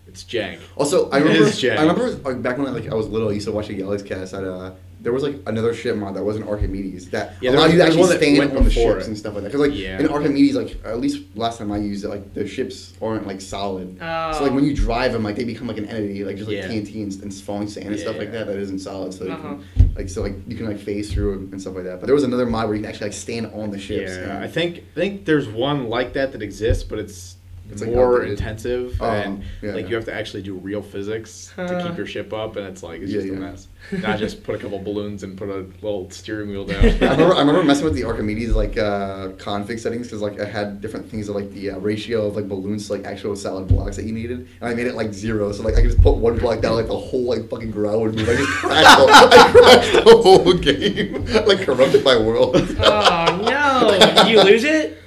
Speaker 4: it's jank.
Speaker 3: Also, I
Speaker 4: It
Speaker 3: remember.
Speaker 4: is jank.
Speaker 3: I remember like, back when I, like I was little, I used to watch a Galax cast. At, uh, there was like another ship mod that wasn't Archimedes that
Speaker 4: Yeah, there
Speaker 3: allowed
Speaker 4: was-
Speaker 3: you to
Speaker 4: there was one
Speaker 3: actually
Speaker 4: that went
Speaker 3: stand on the
Speaker 4: before
Speaker 3: ships
Speaker 4: it.
Speaker 3: and stuff like that. Because like
Speaker 4: Yeah.
Speaker 3: in Archimedes, like at least last time I used it, like the ships aren't like solid. So like
Speaker 1: Oh.
Speaker 3: when you drive them, like they become like an entity, like just like
Speaker 4: Yeah.
Speaker 3: TNT and, and falling sand and
Speaker 4: Yeah,
Speaker 3: stuff like
Speaker 4: yeah.
Speaker 3: that that isn't solid. So
Speaker 1: Uh-huh.
Speaker 3: you can, like so like you can like phase through and, and stuff like that. But there was another mod where you can actually like stand on the ships.
Speaker 4: Yeah,
Speaker 3: and-
Speaker 4: uh, I think I think there's one like that that exists, but it's,
Speaker 3: It's, like,
Speaker 4: more
Speaker 3: outdated.
Speaker 4: intensive
Speaker 3: Oh,
Speaker 4: and
Speaker 3: yeah.
Speaker 4: like you have to actually do real physics to
Speaker 1: Huh.
Speaker 4: keep your ship up, and it's like it's
Speaker 3: Yeah,
Speaker 4: just a
Speaker 3: yeah. *laughs*
Speaker 4: mess. Not just put a couple balloons and put a little steering wheel
Speaker 3: I
Speaker 4: down. *laughs*
Speaker 3: remember, I remember messing with the Archimedes like uh, config settings because like I had different things of like the uh, ratio of like balloons to like actual solid blocks that you needed, and I made it like zero, so like I could just put one block down, like the whole like *laughs* fucking ground would move. I just crashed, the, I crashed the whole game, *laughs* like corrupted my world.
Speaker 1: Oh no! Did you lose it?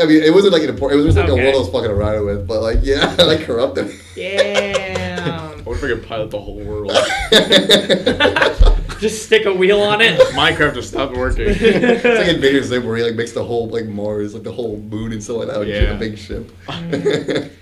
Speaker 3: I mean, it wasn't like an important. It was just like
Speaker 1: Okay.
Speaker 3: a world I was fucking around with, but like yeah, *laughs* like corrupted.
Speaker 1: Damn.
Speaker 4: I would freaking pilot the
Speaker 3: *laughs*
Speaker 4: whole world.
Speaker 1: Just stick a wheel on it.
Speaker 4: Minecraft just
Speaker 3: *laughs*
Speaker 4: stopped working.
Speaker 1: *laughs*
Speaker 3: It's like Invader Zim where he like makes the whole like Mars, like the whole moon and stuff like that, like
Speaker 4: Yeah.
Speaker 3: a big ship.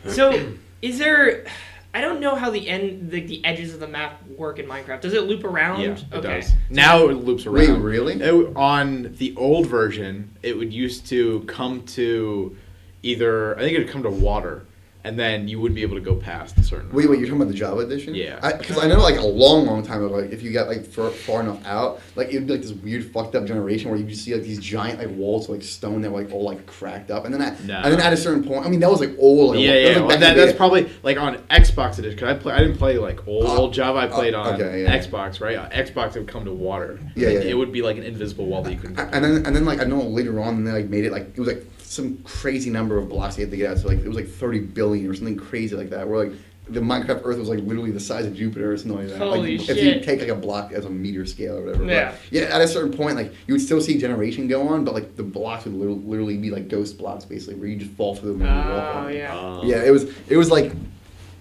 Speaker 1: So, is there? I don't know how the end, the, the edges of the map work in Minecraft. Does it loop around?
Speaker 4: Yeah, it does. Now it loops around.
Speaker 3: Wait, really?
Speaker 4: It- on the old version, it would used to come to either I think it would come to water, and then you wouldn't be able to go past a certain.
Speaker 3: Wait, wait, you're talking about the Java edition?
Speaker 4: Yeah.
Speaker 3: Because I, know, like, a long, long time ago, like, if you got, like, far, far enough out, like, it would be, like, this weird, fucked up generation where you just see, like, these giant, like, walls, like, stone that were, like, all, like, cracked up. And then at,
Speaker 4: Nah.
Speaker 3: and then at a certain point, I mean, that was, like, old. Like, that
Speaker 4: yeah,
Speaker 3: was,
Speaker 4: yeah.
Speaker 3: like,
Speaker 4: well,
Speaker 3: back
Speaker 4: that,
Speaker 3: in the
Speaker 4: that's
Speaker 3: day.
Speaker 4: probably like on Xbox edition. Cause I play, I didn't play like old,
Speaker 3: Oh,
Speaker 4: old Java. I played on
Speaker 3: okay, yeah.
Speaker 4: Xbox, right? On Xbox, it would come to water.
Speaker 3: Yeah, yeah,
Speaker 4: It
Speaker 3: yeah.
Speaker 4: would be like an invisible wall that you couldn't.
Speaker 3: And then, and then, like, I know later on, they, like, made it, like, it was, like, some crazy number of blocks they had to get out. So, like, it was, like, 30 billion or something crazy like that, where, like, the Minecraft Earth was like literally the size of Jupiter or something like that.
Speaker 1: Holy
Speaker 3: like, If you
Speaker 1: shit.
Speaker 3: take like a block as a meter scale or whatever. but-
Speaker 1: Yeah.
Speaker 3: yeah, at a certain point, like you would still see generation go on, but like the blocks would literally, literally be like ghost blocks, basically, where you just fall through them and you walk
Speaker 1: Oh
Speaker 3: on. them.
Speaker 1: yeah.
Speaker 4: Um,
Speaker 3: Yeah, it was it was like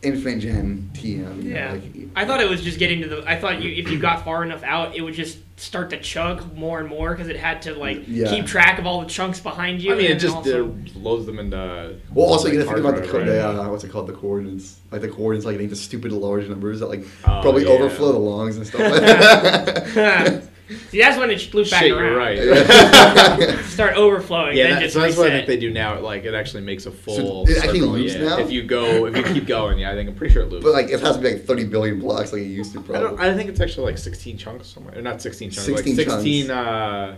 Speaker 3: Infinite Gem TM. you know,
Speaker 1: Yeah.
Speaker 3: like,
Speaker 1: I thought it was just getting to the. I thought you, if you got far enough out, it would just start to chug more and more because it had to like
Speaker 3: Yeah.
Speaker 1: keep track of all the chunks behind you.
Speaker 4: I mean, it
Speaker 1: and
Speaker 4: just
Speaker 1: also-
Speaker 4: uh, loads them into.
Speaker 3: Well, also
Speaker 4: like,
Speaker 3: you gotta think about the, co-
Speaker 4: hard
Speaker 3: the
Speaker 4: drive, right?
Speaker 3: uh, what's it called the coordinates, like the coordinates, like I think the stupid large numbers that like
Speaker 4: Oh,
Speaker 3: probably
Speaker 4: yeah.
Speaker 3: overflow the longs and
Speaker 4: *laughs*
Speaker 3: stuff. like that. *laughs*
Speaker 1: *laughs* See, that's when it looped back
Speaker 4: Shit,
Speaker 1: around.
Speaker 4: you're right. *laughs*
Speaker 1: Start overflowing.
Speaker 4: Yeah,
Speaker 1: then
Speaker 4: that,
Speaker 1: just
Speaker 4: so that's what I
Speaker 1: reset.
Speaker 4: think they do now. It, Like it actually makes a full.
Speaker 3: it actually
Speaker 4: circle,
Speaker 3: loops
Speaker 4: yeah.
Speaker 3: now?
Speaker 4: If you go, if you keep going, yeah, I think I'm pretty sure it loops.
Speaker 3: but like it has to be like 30 billion blocks, like it used to
Speaker 4: I don't.
Speaker 3: probably.
Speaker 4: I think it's actually like 16 chunks somewhere. Or not 16 chunks.
Speaker 3: 16
Speaker 4: like
Speaker 3: chunks.
Speaker 4: 16. Uh,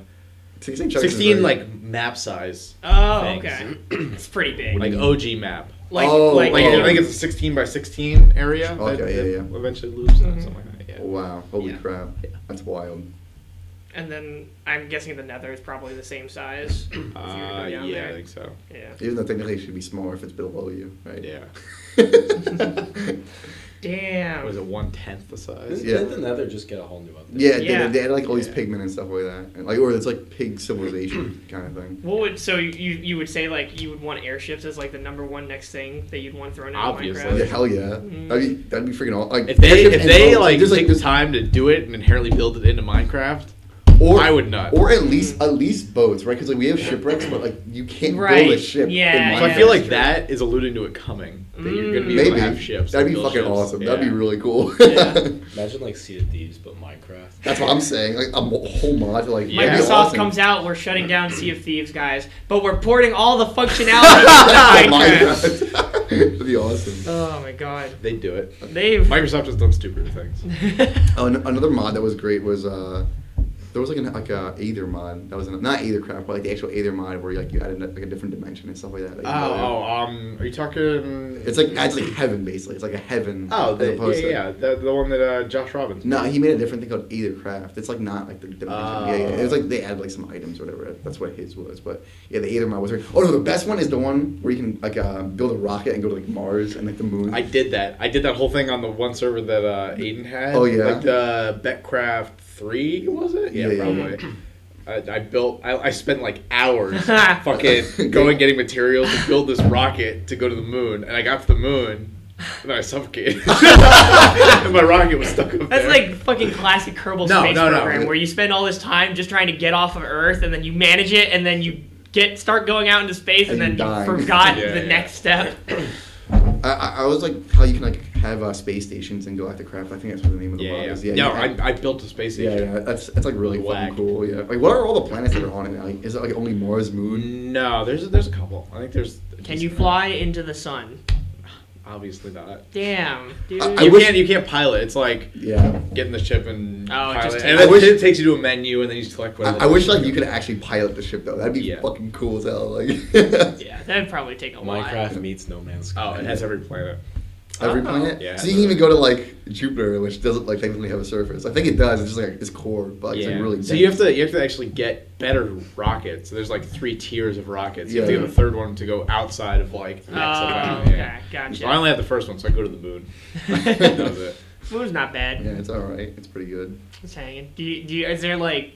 Speaker 3: Sixteen chunks is
Speaker 4: 16
Speaker 3: very-
Speaker 4: like map size.
Speaker 1: Oh,
Speaker 4: things.
Speaker 1: okay. *clears throat* It's pretty big.
Speaker 4: Like OG map.
Speaker 1: like,
Speaker 3: Oh,
Speaker 1: like, um,
Speaker 4: Like
Speaker 3: oh.
Speaker 4: I think it's a 16 by 16 area.
Speaker 3: Okay,
Speaker 4: that,
Speaker 3: yeah,
Speaker 4: that
Speaker 3: yeah.
Speaker 4: Eventually loops and
Speaker 1: Mhm.
Speaker 4: something like that. Yeah.
Speaker 3: wow, holy
Speaker 4: Yeah.
Speaker 3: crap, that's wild.
Speaker 1: and then I'm guessing the Nether is probably the same
Speaker 4: *clears throat*
Speaker 1: size. if you were to go
Speaker 4: Uh, yeah,
Speaker 1: down
Speaker 4: I
Speaker 1: there.
Speaker 4: think so.
Speaker 1: Yeah.
Speaker 3: Even though technically it should be smaller if it's below you, right?
Speaker 4: Yeah.
Speaker 1: Damn.
Speaker 4: Was it one tenth the size?
Speaker 2: Didn't,
Speaker 3: Yeah.
Speaker 2: didn't the Nether just get a whole new update?
Speaker 3: Yeah, they-
Speaker 1: Yeah.
Speaker 3: They, had like all these
Speaker 4: Yeah.
Speaker 3: pigmen and stuff like that, and, like or it's like pig
Speaker 4: *clears throat*
Speaker 3: civilization kind of thing.
Speaker 1: What would so you you would say like you would want airships as like the number one next thing that you'd want thrown in
Speaker 4: Obviously.
Speaker 3: Yeah,
Speaker 1: Minecraft?
Speaker 3: hell yeah, that'd be that'd be freaking awesome. Like
Speaker 4: If they
Speaker 3: friendship
Speaker 4: if
Speaker 3: and
Speaker 4: they
Speaker 3: love,
Speaker 4: like
Speaker 3: there's,
Speaker 4: take the time to do it and inherently build it into Minecraft,
Speaker 3: Or
Speaker 4: I would not.
Speaker 3: Or at least at least boats, right? Because like we have shipwrecks, but like you can't build
Speaker 1: Right,
Speaker 3: a ship.
Speaker 1: yeah,
Speaker 3: in
Speaker 4: so I
Speaker 1: yeah.
Speaker 4: feel
Speaker 3: Minecraft.
Speaker 4: like that is alluding to it coming. That you're gonna be able
Speaker 3: maybe
Speaker 4: to have ships.
Speaker 3: that'd
Speaker 4: and
Speaker 3: be
Speaker 4: build
Speaker 3: fucking
Speaker 4: ships.
Speaker 3: awesome. That'd
Speaker 4: Yeah.
Speaker 3: be really *laughs* cool.
Speaker 4: Yeah.
Speaker 2: Imagine like Sea of Thieves, but Minecraft.
Speaker 3: That's what I'm saying. Like a mo- whole mod, like
Speaker 4: Yeah.
Speaker 1: Microsoft
Speaker 3: that'd be awesome.
Speaker 1: comes
Speaker 3: *laughs*
Speaker 1: out, we're shutting
Speaker 4: *clears throat*
Speaker 1: down Sea of Thieves, guys, but we're porting all the
Speaker 4: *laughs*
Speaker 1: functionality
Speaker 3: Like
Speaker 1: into Minecraft.
Speaker 3: Minecraft. *laughs* That'd be awesome.
Speaker 1: Oh my god,
Speaker 4: They do it.
Speaker 1: they've
Speaker 4: Microsoft has done stupider things.
Speaker 1: *laughs*
Speaker 3: Oh, an- another mod that was great was uh, there was like an like a Aether mod that was an, not Aethercraft, but like the actual Aether mod where like you added like a different dimension and stuff like that. Like,
Speaker 4: Oh,
Speaker 3: another-
Speaker 4: oh, um, are you talking?
Speaker 3: It's like adds like heaven basically. It's like a heaven.
Speaker 4: oh,
Speaker 3: as
Speaker 4: the,
Speaker 3: opposed
Speaker 4: yeah,
Speaker 3: to-
Speaker 4: yeah, the, the one that uh, Josh Robbins.
Speaker 3: No, he made a different thing called Either Craft. It's like not like the dimension. yeah, yeah, it was
Speaker 4: Oh.
Speaker 3: like they add like some items or whatever. That's what his was. But yeah, the Either mod was. great. Oh no, the best one is the one where you can like uh, build a rocket and go to like Mars and like the moon.
Speaker 4: I did that. I did that whole thing on the one server that uh, Aiden had.
Speaker 3: Oh, yeah.
Speaker 4: like the Betcraft three was it? Yeah,
Speaker 3: Yeah, yeah, yeah.
Speaker 4: probably. I, I built. I, I spent like
Speaker 1: *laughs*
Speaker 4: hours fucking going getting materials to build this rocket to go to the moon, and I got to the moon. And I suffocated.
Speaker 1: *laughs*
Speaker 4: *laughs* and my rocket was stuck up
Speaker 1: That's
Speaker 4: there.
Speaker 1: like fucking classic Kerbal
Speaker 4: No,
Speaker 1: Space
Speaker 4: no, no.
Speaker 1: Program, where you spend all this time just trying to get off of Earth, and then you manage it, and then you get start going out into space, and,
Speaker 3: And
Speaker 1: then
Speaker 3: you die.
Speaker 1: you forgot
Speaker 4: *laughs* Yeah,
Speaker 1: the
Speaker 4: yeah.
Speaker 1: next step. *coughs*
Speaker 3: I, I, I was like how you can like have uh, space stations and galactic craft. I think that's what the name of the
Speaker 4: yeah,
Speaker 3: mod
Speaker 4: yeah.
Speaker 3: is. Yeah,
Speaker 4: no,
Speaker 3: you have-
Speaker 4: I, I built a space
Speaker 3: yeah,
Speaker 4: station.
Speaker 3: yeah. That's that's like really
Speaker 4: Whack.
Speaker 3: fucking cool. Yeah. Like, what are all the planets that are on it? now? Like, is it like only Mars, Moon?
Speaker 4: No, there's there's a couple. I think there's.
Speaker 1: Can you fly into the sun?
Speaker 4: Obviously not.
Speaker 1: Damn, dude.
Speaker 3: I-
Speaker 4: you
Speaker 3: wish-
Speaker 4: can't. You can't pilot. It's like
Speaker 3: Yeah.
Speaker 4: getting the ship and
Speaker 1: Oh, it
Speaker 4: pilot.
Speaker 1: just
Speaker 4: and
Speaker 3: takes-
Speaker 4: it,
Speaker 3: I wish-
Speaker 4: it takes you to a menu and then you just collect whatever.
Speaker 3: I, I wish like you could actually pilot the ship though. That'd be
Speaker 4: Yeah.
Speaker 3: fucking cool as hell. Like. *laughs*
Speaker 1: yeah, that'd probably take a while.
Speaker 2: Minecraft meets No Man's
Speaker 4: Oh,
Speaker 2: Sky.
Speaker 4: it has every planet.
Speaker 3: Every
Speaker 1: Oh.
Speaker 3: planet.
Speaker 4: Yeah.
Speaker 3: So you can even go to like Jupiter, which doesn't like technically have a surface. I think it does. It's just like its core, but like, it's like, really.
Speaker 4: so
Speaker 3: *laughs*
Speaker 4: you have to you have to actually get better rockets. There's like three tiers of rockets. You have
Speaker 3: Yeah.
Speaker 4: to get the third one to go outside of like. the
Speaker 1: Oh,
Speaker 4: next amount, yeah.
Speaker 1: okay,
Speaker 4: So I
Speaker 1: gotcha.
Speaker 4: only have the first one, so I go to
Speaker 3: *laughs*
Speaker 4: the moon.
Speaker 1: *laughs*
Speaker 4: *laughs* that was it.
Speaker 1: Moon's not bad.
Speaker 3: Yeah, it's all right. It's pretty good.
Speaker 1: It's hanging. Do you, do you, is there like,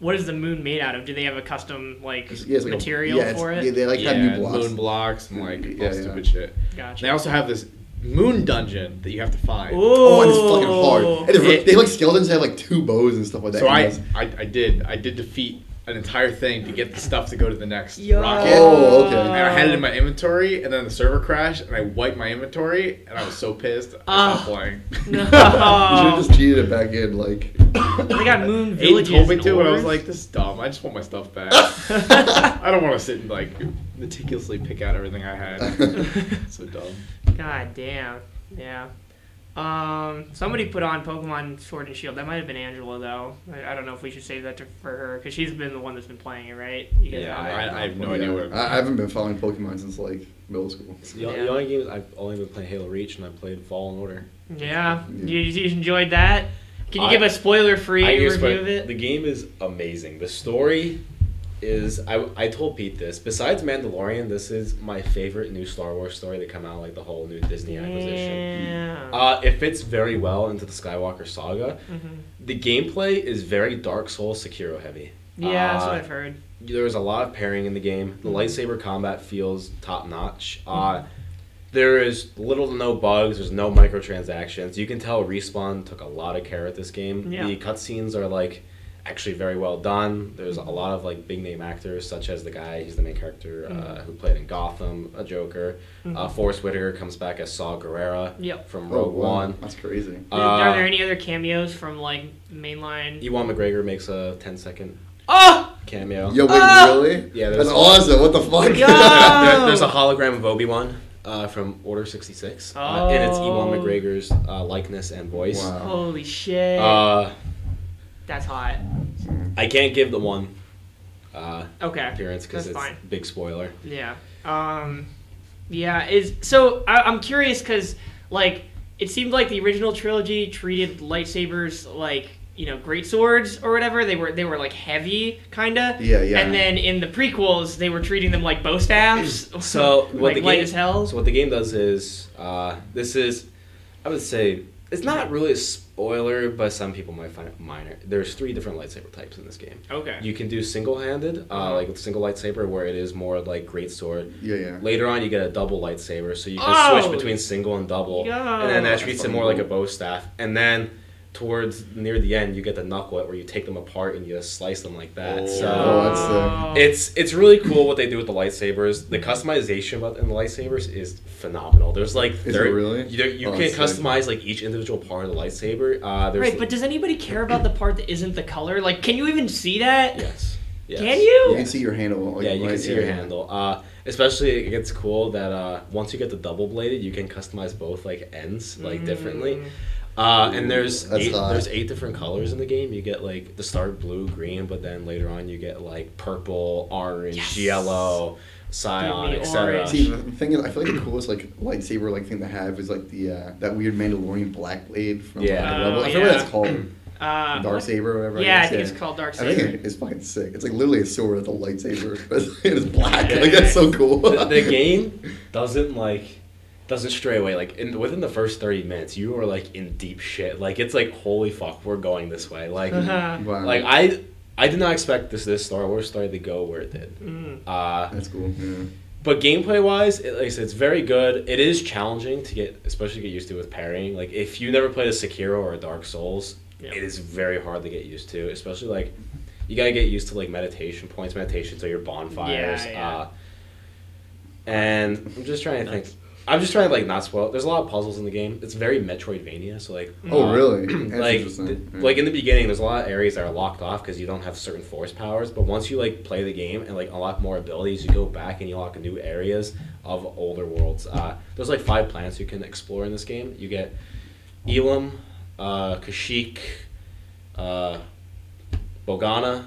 Speaker 1: what is the moon made out of? Do they have a custom like
Speaker 3: It's- yeah, it's like a-
Speaker 1: material
Speaker 3: yeah, it's-
Speaker 1: for it?
Speaker 3: Yeah, they like
Speaker 4: yeah,
Speaker 3: have new blocks. Mm,
Speaker 4: moon blocks and like all
Speaker 3: Yeah, yeah.
Speaker 4: stupid shit.
Speaker 1: Gotcha.
Speaker 4: They also have this moon dungeon that you have to find.
Speaker 3: Oh, and it's fucking hard. And it's-
Speaker 4: It-
Speaker 3: they have like skeletons that have like two bows and stuff like that.
Speaker 4: So I, *laughs*
Speaker 3: And
Speaker 4: I, I did. I did defeat an entire thing to get the stuff to go to the next
Speaker 1: Yo.
Speaker 4: rocket.
Speaker 3: Oh, okay.
Speaker 4: And I had it in my inventory, and then the server crashed, and I wiped my inventory, and I was so pissed. I stopped
Speaker 1: Oh.
Speaker 4: playing.
Speaker 3: *laughs* you should
Speaker 1: *laughs*
Speaker 3: have
Speaker 4: *laughs*
Speaker 1: No.
Speaker 3: just cheated it back in. Like
Speaker 1: they got moon
Speaker 4: Aiden
Speaker 1: villages.
Speaker 4: told me
Speaker 1: and
Speaker 4: to, and I was
Speaker 1: orbs.
Speaker 4: like, "This is dumb. I just want my stuff back. I don't want to sit and like meticulously pick out everything I had.
Speaker 1: *laughs*
Speaker 4: so dumb.
Speaker 1: God damn. Yeah. Um, somebody put on Pokemon Sword and Shield. That might have been Angela though. I, I don't know if we should save that to, for her because she's been the one that's been playing it, right? You guys
Speaker 4: Yeah,
Speaker 1: have it.
Speaker 4: I, I have no idea what.
Speaker 3: I, I haven't been following Pokemon since like middle school.
Speaker 2: The, the
Speaker 1: Yeah.
Speaker 2: only games I've only been playing Halo Reach and I played Fallen Order.
Speaker 1: yeah.
Speaker 3: Yeah.
Speaker 1: You, you enjoyed that? Can you
Speaker 2: I-
Speaker 1: give a spoiler-free
Speaker 2: I
Speaker 1: review
Speaker 2: just went-
Speaker 1: of it?
Speaker 2: The game is amazing. The story is I, I told Pete this. Besides Mandalorian, this is my favorite new Star Wars story to come out like the whole new Disney acquisition.
Speaker 1: Yeah.
Speaker 2: Uh, it fits very well into the Skywalker saga.
Speaker 1: Mm-hmm.
Speaker 2: The gameplay is very Dark Souls Sekiro heavy.
Speaker 1: yeah, that's
Speaker 2: uh,
Speaker 1: what I've heard. Mm-hmm.
Speaker 2: There's a lot of parrying in the game. The lightsaber combat feels top notch. Uh, There is little to no bugs. There's no microtransactions. You can tell Respawn took a lot of care at this game.
Speaker 1: Yeah.
Speaker 2: The cutscenes are like actually very well done. There's
Speaker 1: Mm-hmm.
Speaker 2: a lot of like big name actors, such as the guy he's the main character
Speaker 1: Mm-hmm.
Speaker 2: uh, who played in Gotham, a Joker. Uh, Forrest Whitaker comes back as Saw Gerrera
Speaker 1: Yep.
Speaker 2: from
Speaker 3: *laughs* Oh,
Speaker 2: Rogue
Speaker 3: wow.
Speaker 2: One.
Speaker 3: That's crazy.
Speaker 1: Are
Speaker 2: Uh,
Speaker 1: there any other cameos from like mainline?
Speaker 2: Ewan McGregor makes a 10 second
Speaker 1: Oh,
Speaker 4: Uh-huh.
Speaker 2: cameo.
Speaker 3: Yo, wait,
Speaker 1: Ah!
Speaker 3: really?
Speaker 2: Yeah,
Speaker 3: that's
Speaker 2: there's-
Speaker 3: awesome. What the fuck?
Speaker 1: Yeah.
Speaker 2: There- there's a hologram of Obi Wan uh, from Order 66, uh, and it's Ewan
Speaker 1: Oh.
Speaker 2: McGregor's uh, likeness and voice.
Speaker 3: Wow.
Speaker 1: holy shit!
Speaker 2: Uh,
Speaker 1: That's hot.
Speaker 2: I can't give the one uh,
Speaker 1: Okay.
Speaker 2: appearance because
Speaker 1: That's
Speaker 2: it's
Speaker 1: fine.
Speaker 2: big spoiler.
Speaker 1: Yeah. Um, yeah. Is so. I, I'm curious because like it seemed like the original trilogy treated lightsabers like you know great swords or whatever. They were they were like heavy kinda.
Speaker 3: Yeah, yeah.
Speaker 1: And then in the prequels, they were treating them like bow staffs.
Speaker 2: So
Speaker 1: *laughs*
Speaker 2: what
Speaker 1: like
Speaker 2: the
Speaker 1: light
Speaker 2: game,
Speaker 1: as hell.
Speaker 2: So what the game does is uh, this is, I would say it's not really a spoiler, but some people might find it minor. There's three different lightsaber types in this game.
Speaker 1: okay.
Speaker 2: You can do single-handed,
Speaker 1: Uh-huh.
Speaker 2: uh, like with single lightsaber, where it is more like great sword.
Speaker 3: *laughs* Yeah, yeah.
Speaker 2: Later on, you get a double lightsaber, so you can
Speaker 1: Oh!
Speaker 2: switch between single and double,
Speaker 1: Yeah.
Speaker 2: and then that
Speaker 1: That's
Speaker 2: treats it
Speaker 3: fucking
Speaker 2: more like a
Speaker 3: cool.
Speaker 2: bow staff. And then towards near the end, you get the knuckle where you take them apart and you just slice them like that.
Speaker 4: Oh.
Speaker 2: So
Speaker 3: Oh, that's sick.
Speaker 2: it's it's really cool what they do with the lightsabers. The customization about in the lightsabers is phenomenal. There's like
Speaker 3: it
Speaker 2: thirty-
Speaker 3: really?
Speaker 2: you, you
Speaker 3: Oh,
Speaker 2: can
Speaker 3: that's sick.
Speaker 2: customize like each individual part of the lightsaber. Uh, there's
Speaker 1: right. But does anybody care about the part that isn't the color? Like, can you even see that?
Speaker 2: yes, yes.
Speaker 1: Can you?
Speaker 3: You can see your handle. like,
Speaker 2: yeah, you can
Speaker 3: right
Speaker 2: see
Speaker 3: here.
Speaker 2: your handle. Uh, especially it gets cool that uh, once you get the double bladed, you can customize both like ends like
Speaker 1: Mm.
Speaker 2: differently. Uh, and there's
Speaker 3: That's
Speaker 2: eight,
Speaker 3: hot.
Speaker 2: there's eight different colors in the game. You get like the start blue, green, but then later on you get like purple, orange,
Speaker 1: Yes.
Speaker 2: yellow,
Speaker 1: Give
Speaker 2: cyan,
Speaker 1: me
Speaker 2: etc.
Speaker 1: orange.
Speaker 3: See, the thing is, I feel like the coolest like lightsaber like thing to have is like the uh, that weird Mandalorian black blade from like,
Speaker 2: Yeah.
Speaker 3: the
Speaker 1: Oh,
Speaker 3: Rebel. I forget what
Speaker 1: yeah.
Speaker 3: that's called.
Speaker 1: *clears throat* Uh,
Speaker 3: Dark
Speaker 1: what-
Speaker 3: saber or whatever.
Speaker 1: Yeah, I
Speaker 3: guess,
Speaker 1: think it's called dark
Speaker 3: I think
Speaker 1: saber.
Speaker 3: it- it's fucking sick. It's like literally a sword with a lightsaber, *laughs* but it is black.
Speaker 1: Yeah.
Speaker 3: like that's so
Speaker 2: *laughs*
Speaker 3: cool.
Speaker 2: the, the
Speaker 3: *laughs*
Speaker 2: game doesn't like doesn't stray away like in, within the first 30 minutes you are like in deep shit like it's like holy fuck we're going this way like
Speaker 1: Uh-huh.
Speaker 3: Wow.
Speaker 2: like i i did not expect this this star wars story to go where it did
Speaker 1: Mm.
Speaker 2: uh
Speaker 3: that's cool. Yeah.
Speaker 2: but gameplay wise it, like i said it's very good it is challenging to get especially to get used to with parrying like if you never played a sekiro or a dark souls
Speaker 1: Yeah.
Speaker 2: it is very hard to get used to especially like you gotta get used to like meditation points meditations or your bonfires
Speaker 1: Yeah, yeah.
Speaker 2: Uh, and i'm just trying to think i'm just trying to like not spoil there's a lot of puzzles in the game it's very metroidvania so like
Speaker 3: Oh
Speaker 2: uh, *clears throat*
Speaker 3: really? That's
Speaker 2: like
Speaker 3: interesting.
Speaker 2: th-
Speaker 3: Yeah.
Speaker 2: like in the beginning there's a lot of areas that are locked off because you don't have certain force powers but once you like play the game and like unlock more abilities you go back and you unlock new areas of older worlds uh, there's like five planets you can explore in this game you get elam uh, kashyyyk uh, bogana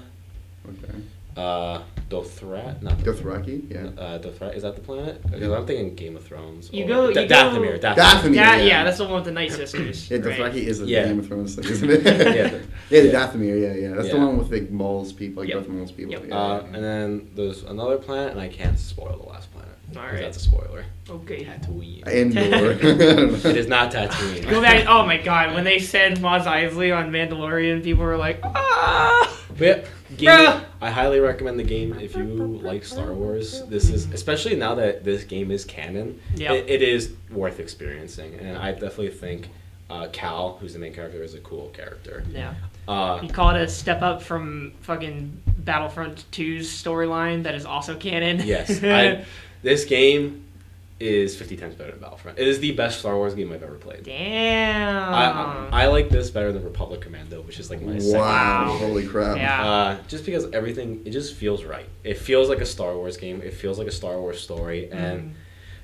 Speaker 3: okay.
Speaker 2: uh, dothrat not
Speaker 3: Dothraki? Yeah.
Speaker 2: uh, dothrat is that the planet 'Cause i'm thinking game of thrones
Speaker 1: You
Speaker 2: or-
Speaker 1: go-
Speaker 2: Da-
Speaker 1: you go-
Speaker 2: dathomir dathomir,
Speaker 3: Dathomir.
Speaker 1: Yeah,
Speaker 3: yeah.
Speaker 1: yeah, that's the one with the Night Sisters.
Speaker 3: Yeah, Dothraki
Speaker 1: right?
Speaker 3: is the
Speaker 2: Yeah.
Speaker 3: Game of Thrones thing, isn't it? *laughs*
Speaker 2: Yeah, the-
Speaker 3: yeah, the
Speaker 2: yeah.
Speaker 3: Dathomir. Yeah, yeah. That's the
Speaker 2: Yeah.
Speaker 3: one with like Maul's people, like
Speaker 1: Yep.
Speaker 3: both Maul's people.
Speaker 1: Yep.
Speaker 3: Yeah,
Speaker 2: Uh,
Speaker 3: yeah.
Speaker 2: and then there's another planet, and I can't spoil the last planet. 'cause
Speaker 1: Alright.
Speaker 2: That's a spoiler.
Speaker 1: Okay.
Speaker 2: Tatooine.
Speaker 1: *laughs*
Speaker 3: and more.
Speaker 2: *laughs* It is not Tatooine.
Speaker 1: Go
Speaker 2: *laughs*
Speaker 1: back. Oh my god, when they said Maz Eisley on Mandalorian, people were like, ah!
Speaker 2: But yeah, game-
Speaker 1: Bruh.
Speaker 2: I highly recommend the game if you like Star Wars. This is especially now that this game is canon.
Speaker 1: Yeah.
Speaker 2: It, it is worth experiencing, and I definitely think uh, Cal, who's the main character, is a cool character.
Speaker 1: Yeah.
Speaker 2: Uh,
Speaker 1: *laughs* You call it a step up from fucking Battlefront 2's storyline that is also canon. *laughs*
Speaker 2: yes, I, this game is 50 times better than Battlefront. It is the best Star Wars game I've ever played.
Speaker 1: Damn.
Speaker 2: I, I, I like this better than Republic Commando, which is like my second
Speaker 3: wow!
Speaker 1: Wow.
Speaker 3: Holy crap!
Speaker 1: Yeah.
Speaker 2: Uh, just because everything, it just feels right. It feels like a Star Wars game. It feels like a Star Wars story. And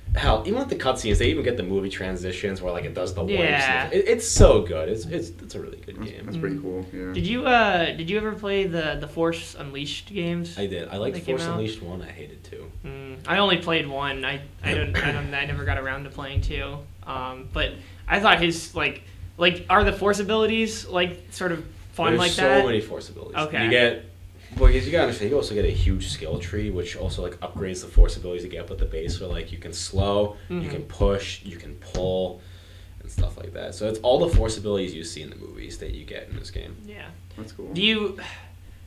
Speaker 1: Mm-hmm.
Speaker 2: hell, even with the cutscenes, they even get the movie transitions where like it does the warps.
Speaker 1: Yeah. Mm-hmm.
Speaker 2: and It, it's so good. It's, it's it's a really good game.
Speaker 3: That's pretty cool. Yeah.
Speaker 1: did you uh did you ever play the the Force Unleashed games?
Speaker 2: I did. I liked
Speaker 1: They came
Speaker 2: Force
Speaker 1: out?
Speaker 2: Unleashed one. I hated two.
Speaker 1: Mm, I only played one. I, I don't I don't I never got around to playing two. Um, but I thought his like like are the force abilities like sort of fun
Speaker 2: There's
Speaker 1: like
Speaker 2: so
Speaker 1: that?
Speaker 2: many force abilities.
Speaker 1: Okay.
Speaker 2: You get. Well, because you gotta understand, you also get a huge skill tree, which also like upgrades the force abilities you get with the base. So like you can slow, you
Speaker 1: Mm-hmm.
Speaker 2: can push, you can pull, and stuff like that. So it's all the force abilities you see in the movies that you get in this game.
Speaker 1: Yeah.
Speaker 3: That's cool.
Speaker 1: Do you?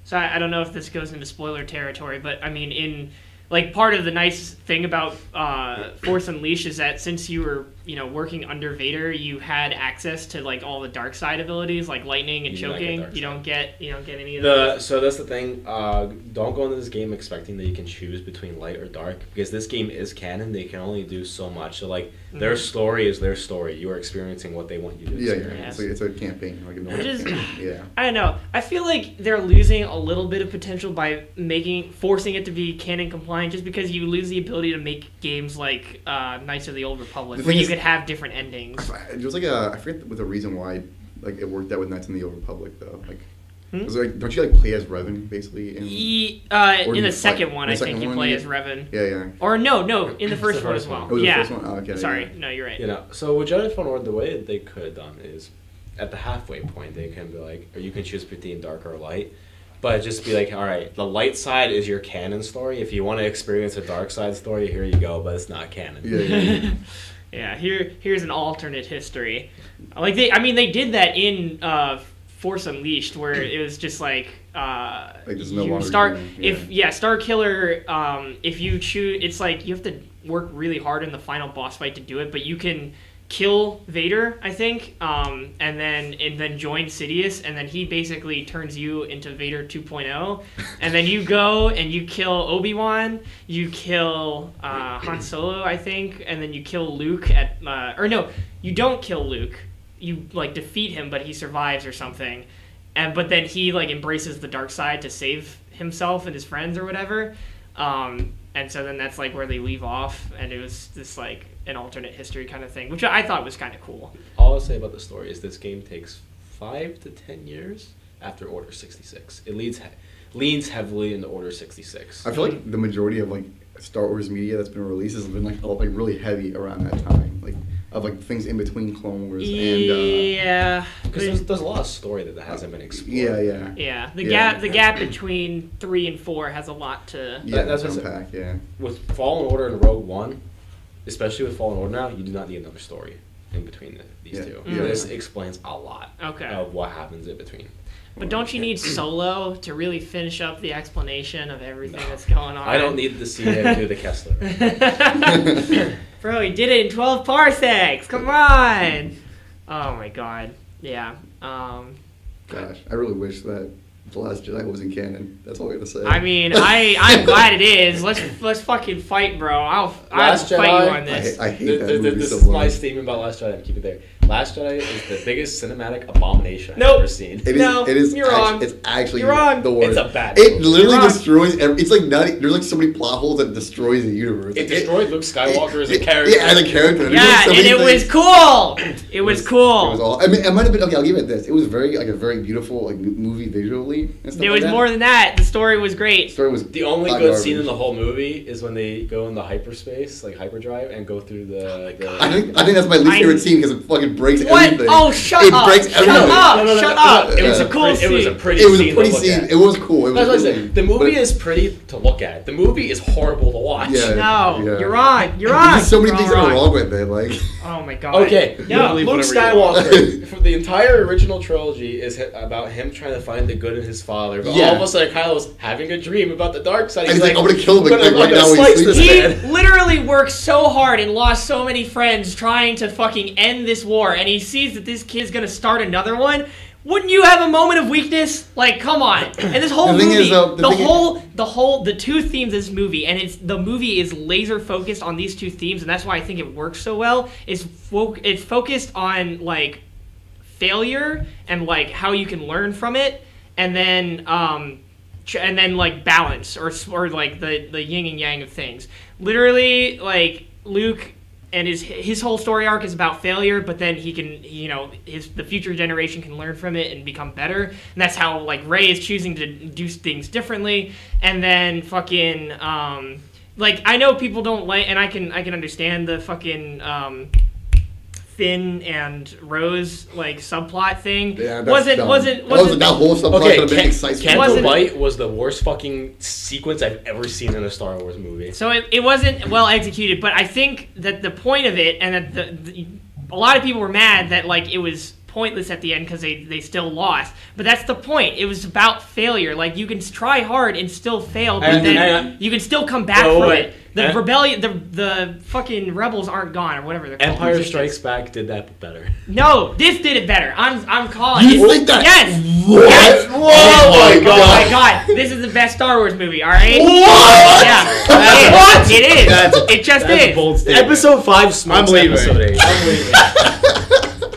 Speaker 1: So I, I don't know if this goes into spoiler territory, but I mean in like part of the nice thing about uh, Force Unleashed is that since you were you know working under Vader, you had access to like all the dark side abilities like lightning and
Speaker 2: You do not get
Speaker 1: choking.
Speaker 2: dark
Speaker 1: you don't get you don't get any of
Speaker 2: The
Speaker 1: those.
Speaker 2: so that's the thing. Uh, don't go into this game expecting that you can choose between light or dark because this game is canon. They can only do so much. So like
Speaker 1: Mm-hmm.
Speaker 2: their story is their story. You are experiencing what they want you to
Speaker 3: Yeah,
Speaker 2: experience.
Speaker 3: yeah. It's, like, it's a campaign, like a normal
Speaker 1: Which is-
Speaker 3: campaign. Yeah.
Speaker 1: I don't know. I feel like they're losing a little bit of potential by making forcing it to be canon compliant, just because you lose the ability to make games like uh, Knights of the Old Republic,
Speaker 3: The
Speaker 1: where
Speaker 3: thing
Speaker 1: you
Speaker 3: is-
Speaker 1: could have different endings.
Speaker 3: There was like a I forget what the reason why like it worked out with Knights in the Old Republic though. Like,
Speaker 1: Hmm?
Speaker 3: was it, like don't you like play as Revan basically? In,
Speaker 1: Ye- uh,
Speaker 3: Or
Speaker 1: in
Speaker 3: you
Speaker 1: the
Speaker 3: fight-
Speaker 1: second one,
Speaker 3: the
Speaker 1: I
Speaker 3: second
Speaker 1: think you
Speaker 3: one,
Speaker 1: play
Speaker 3: yeah.
Speaker 1: as Revan.
Speaker 3: yeah, yeah.
Speaker 1: Or no, no,
Speaker 3: *laughs*
Speaker 1: in the
Speaker 2: It's
Speaker 1: first
Speaker 2: the
Speaker 1: one
Speaker 2: first
Speaker 1: as well.
Speaker 2: one.
Speaker 3: Oh, the
Speaker 1: yeah.
Speaker 3: first one? Oh, okay.
Speaker 1: Sorry,
Speaker 3: yeah.
Speaker 1: no, you're right.
Speaker 2: You know, so with Jedi Fallen Order, the way that they could have done is at the halfway point, they can be like, or you can choose between dark or light. But just be like, all right, the light side is your canon story. If you want to experience a dark side story, here you go, but it's not canon.
Speaker 1: *laughs*
Speaker 3: Yeah, yeah, yeah.
Speaker 1: *laughs* yeah, here here's an alternate history. Like they, I mean, they did that in uh, Force Unleashed, where it was just like, uh,
Speaker 3: Like, there's no
Speaker 1: you
Speaker 3: longer
Speaker 1: start
Speaker 3: doing it,
Speaker 1: if yeah, Star Killer. Um, if you choose, it's like you have to work really hard in the final boss fight to do it, but you can kill Vader, I think, um, and then and then join Sidious, and then he basically turns you into Vader 2.0, and then you go and you kill Obi Wan, you kill uh, Han Solo, I think, and then you kill Luke at uh, or no, you don't kill Luke, you like defeat him, but he survives or something, and but then he like embraces the dark side to save himself and his friends or whatever. Um, and so then that's like where they leave off, and it was this like an alternate history kind of thing, which I thought was kind of cool.
Speaker 2: All I'll say about the story is this game takes five to ten years after Order 66. It leads, leans heavily into Order 66.
Speaker 3: I feel like the majority of like Star Wars media that's been released has been like all, like really heavy around that time, like of like things in between Clone Wars and uh,
Speaker 1: yeah,
Speaker 2: Because there's, there's a lot of story that hasn't been explored.
Speaker 3: yeah, yeah,
Speaker 1: yeah. The
Speaker 3: Yeah.
Speaker 1: gap, the gap between three and four has a lot to.
Speaker 3: yeah.
Speaker 2: that's what's-
Speaker 3: That's unpack. Yeah,
Speaker 2: with Fallen Order and Rogue One, especially with Fallen Order now, you do not need another story in between the, these
Speaker 3: Yeah.
Speaker 2: two.
Speaker 3: Yeah.
Speaker 2: This explains a lot
Speaker 1: Okay.
Speaker 2: of what happens in between.
Speaker 1: But don't you need Solo to really finish up the explanation of everything that's going on?
Speaker 2: I don't need to see him do the Kessler.
Speaker 1: *laughs* Bro, he did it in 12 parsecs. Come on. Oh my god. Yeah. Um,
Speaker 3: gosh, I really wish that the Last Jedi wasn't canon. That's all I'm gonna say.
Speaker 1: I mean, I
Speaker 3: *laughs*
Speaker 1: I'm glad it is. Let's let's fucking fight, bro. I'll I'll
Speaker 2: Last
Speaker 1: fight you
Speaker 2: Jedi,
Speaker 1: on
Speaker 3: I,
Speaker 1: this.
Speaker 3: I hate
Speaker 2: Th-
Speaker 3: that
Speaker 2: th- th-
Speaker 3: movie
Speaker 2: this
Speaker 3: so
Speaker 2: is
Speaker 3: much.
Speaker 2: my statement about Last Jedi. I'm keeping it there. Last Jedi is the biggest cinematic abomination I've
Speaker 1: Nope.
Speaker 2: ever seen.
Speaker 3: It is.
Speaker 1: No,
Speaker 3: it is
Speaker 1: you're
Speaker 3: actu-
Speaker 1: wrong.
Speaker 3: It's actually
Speaker 1: You're wrong.
Speaker 3: the
Speaker 2: It's
Speaker 3: worst.
Speaker 2: a bad.
Speaker 3: it
Speaker 2: movie.
Speaker 3: literally
Speaker 1: wrong.
Speaker 3: destroys. Every, it's like not. e, There's like so many plot holes that destroys the universe.
Speaker 2: It destroyed Luke Skywalker as a
Speaker 3: it-
Speaker 2: character.
Speaker 3: Yeah, as a character. It
Speaker 1: yeah,
Speaker 3: destroyed so
Speaker 1: and
Speaker 3: many
Speaker 1: it was
Speaker 3: things.
Speaker 1: cool. It was
Speaker 3: It was
Speaker 1: cool.
Speaker 3: all. I mean, it might have been okay. I'll give it this. It was very like a very beautiful like m- movie visually. And stuff
Speaker 1: There
Speaker 3: like
Speaker 1: was
Speaker 3: that.
Speaker 1: more than that. The story was
Speaker 3: The
Speaker 1: great.
Speaker 3: story was
Speaker 2: The only
Speaker 3: hot
Speaker 2: good
Speaker 3: garbage.
Speaker 2: scene in the whole movie is when they go in the hyperspace, like hyperdrive, and go through the. the
Speaker 3: I think I think that's my least
Speaker 1: I-
Speaker 3: favorite scene because it fucking breaks
Speaker 1: What?
Speaker 3: everything.
Speaker 1: Oh, shut
Speaker 3: it
Speaker 1: up!
Speaker 3: breaks
Speaker 1: shut
Speaker 3: everything.
Speaker 1: up!
Speaker 2: No, no, no,
Speaker 1: shut
Speaker 2: no,
Speaker 1: up!
Speaker 3: no,
Speaker 1: it was
Speaker 3: no,
Speaker 1: a cool
Speaker 2: It
Speaker 1: scene.
Speaker 2: was a pretty.
Speaker 3: It was a
Speaker 2: scene
Speaker 3: pretty
Speaker 2: to look
Speaker 3: scene.
Speaker 2: At.
Speaker 3: It was cool. It was
Speaker 2: That's what
Speaker 3: a
Speaker 2: I
Speaker 3: cool
Speaker 2: said.
Speaker 3: scene.
Speaker 2: The
Speaker 3: But
Speaker 2: movie
Speaker 3: it-
Speaker 2: is pretty to look at. The movie is horrible to watch.
Speaker 3: Yeah.
Speaker 1: no,
Speaker 3: Yeah.
Speaker 1: you're wrong. You're wrong.
Speaker 3: *laughs* There's so many
Speaker 1: You're
Speaker 3: things that are wrong with it. Like
Speaker 1: Oh my god.
Speaker 2: *laughs* Okay.
Speaker 1: No.
Speaker 4: Literally-
Speaker 2: Luke
Speaker 4: whatever you want.
Speaker 3: *laughs*
Speaker 2: Skywalker. for the entire original trilogy is hi- about him trying to find the good in his father, but
Speaker 3: Yeah.
Speaker 2: all of a sudden Kylo's having a dream about the dark side.
Speaker 3: And he's like, "I'm gonna kill him, like,
Speaker 2: I'm
Speaker 3: right
Speaker 2: gonna
Speaker 3: now he's
Speaker 2: slice this
Speaker 3: sleeping." *laughs*
Speaker 1: He
Speaker 2: man."
Speaker 1: literally worked so hard and lost so many friends trying to fucking end this war, and he sees that this kid's gonna start another one. Wouldn't you have a moment of weakness? Like, come on! And this whole
Speaker 3: The thing
Speaker 1: movie,
Speaker 3: is, though,
Speaker 1: the,
Speaker 3: the thing is-
Speaker 1: whole, the whole, the two themes of this movie, and it's the movie is laser focused on these two themes, and that's why I think it works so well. Is fo- it's focused on like failure and like how you can learn from it and then um ch- and then like balance or s- or like the the yin and yang of things literally like luke and his his whole story arc is about failure but then he can you know his the future generation can learn from it and become better and that's how like ray is choosing to do things differently and then fucking um like i know people don't like and i can i can understand the fucking um Finn and Rose like subplot thing
Speaker 3: yeah, that's
Speaker 1: wasn't
Speaker 3: dumb.
Speaker 1: wasn't
Speaker 3: That
Speaker 1: wasn't
Speaker 3: that whole subplot could
Speaker 2: Okay,
Speaker 3: have been
Speaker 2: Ken-
Speaker 3: exciting.
Speaker 2: Canto
Speaker 1: Wasn't-
Speaker 2: Bight was the worst fucking sequence I've ever seen in a Star Wars movie.
Speaker 1: so it, it wasn't well executed but I think that the point of it and that the, the a lot of people were mad that like it was pointless at the end because they, they still lost. But that's the point. It was about failure. Like you can s- try hard and still fail, but
Speaker 2: And-
Speaker 1: then
Speaker 2: and-
Speaker 1: you can still come back
Speaker 2: Wait,
Speaker 1: from
Speaker 2: wait,
Speaker 1: it. The
Speaker 2: and-
Speaker 1: rebellion, the the fucking rebels aren't gone or whatever they're called.
Speaker 2: Empire
Speaker 1: Resistance.
Speaker 2: Strikes Back did that better.
Speaker 1: No, this did it better. I'm I'm calling.
Speaker 3: You
Speaker 1: it.
Speaker 3: think that-
Speaker 1: Yes.
Speaker 3: What?
Speaker 1: Yes.
Speaker 3: Oh
Speaker 1: Yes. Oh
Speaker 3: my
Speaker 1: my
Speaker 3: God.
Speaker 1: god! This is the best Star Wars movie. All right. *laughs*
Speaker 3: What?
Speaker 1: Yeah.
Speaker 3: That's-
Speaker 1: It-
Speaker 3: what?
Speaker 1: It is.
Speaker 3: That's-
Speaker 1: it just
Speaker 5: That's a
Speaker 1: is.
Speaker 5: bold statement.
Speaker 2: Episode five smokes
Speaker 4: I'm leaving.
Speaker 2: episode eight.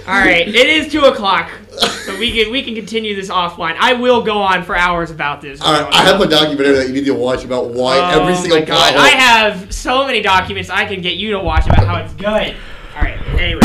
Speaker 1: All right, it is two o'clock, so we can we can continue this offline. I will go on for hours about this.
Speaker 3: *laughs* All right, I have a documentary that you need to watch about why
Speaker 1: Oh
Speaker 3: every single
Speaker 1: my god,
Speaker 3: plot
Speaker 1: I
Speaker 3: hole-
Speaker 1: have so many documents I can get you to watch about how it's good. All right, anyway.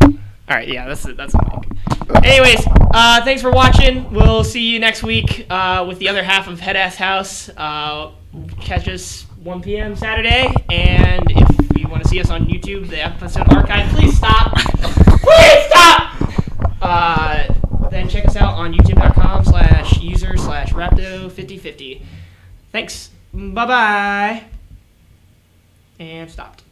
Speaker 1: All right, yeah, that's that's a mic. Anyways, uh, thanks for watching. We'll see you next week uh, with the other half of Head Ass House. Uh, catch us 1 p.m. Saturday, and if you want to see us on YouTube, the episode archive, please stop. please stop. Uh, then check us out on youtube.com slash user slash rapto5050. Thanks. Bye bye. And stopped.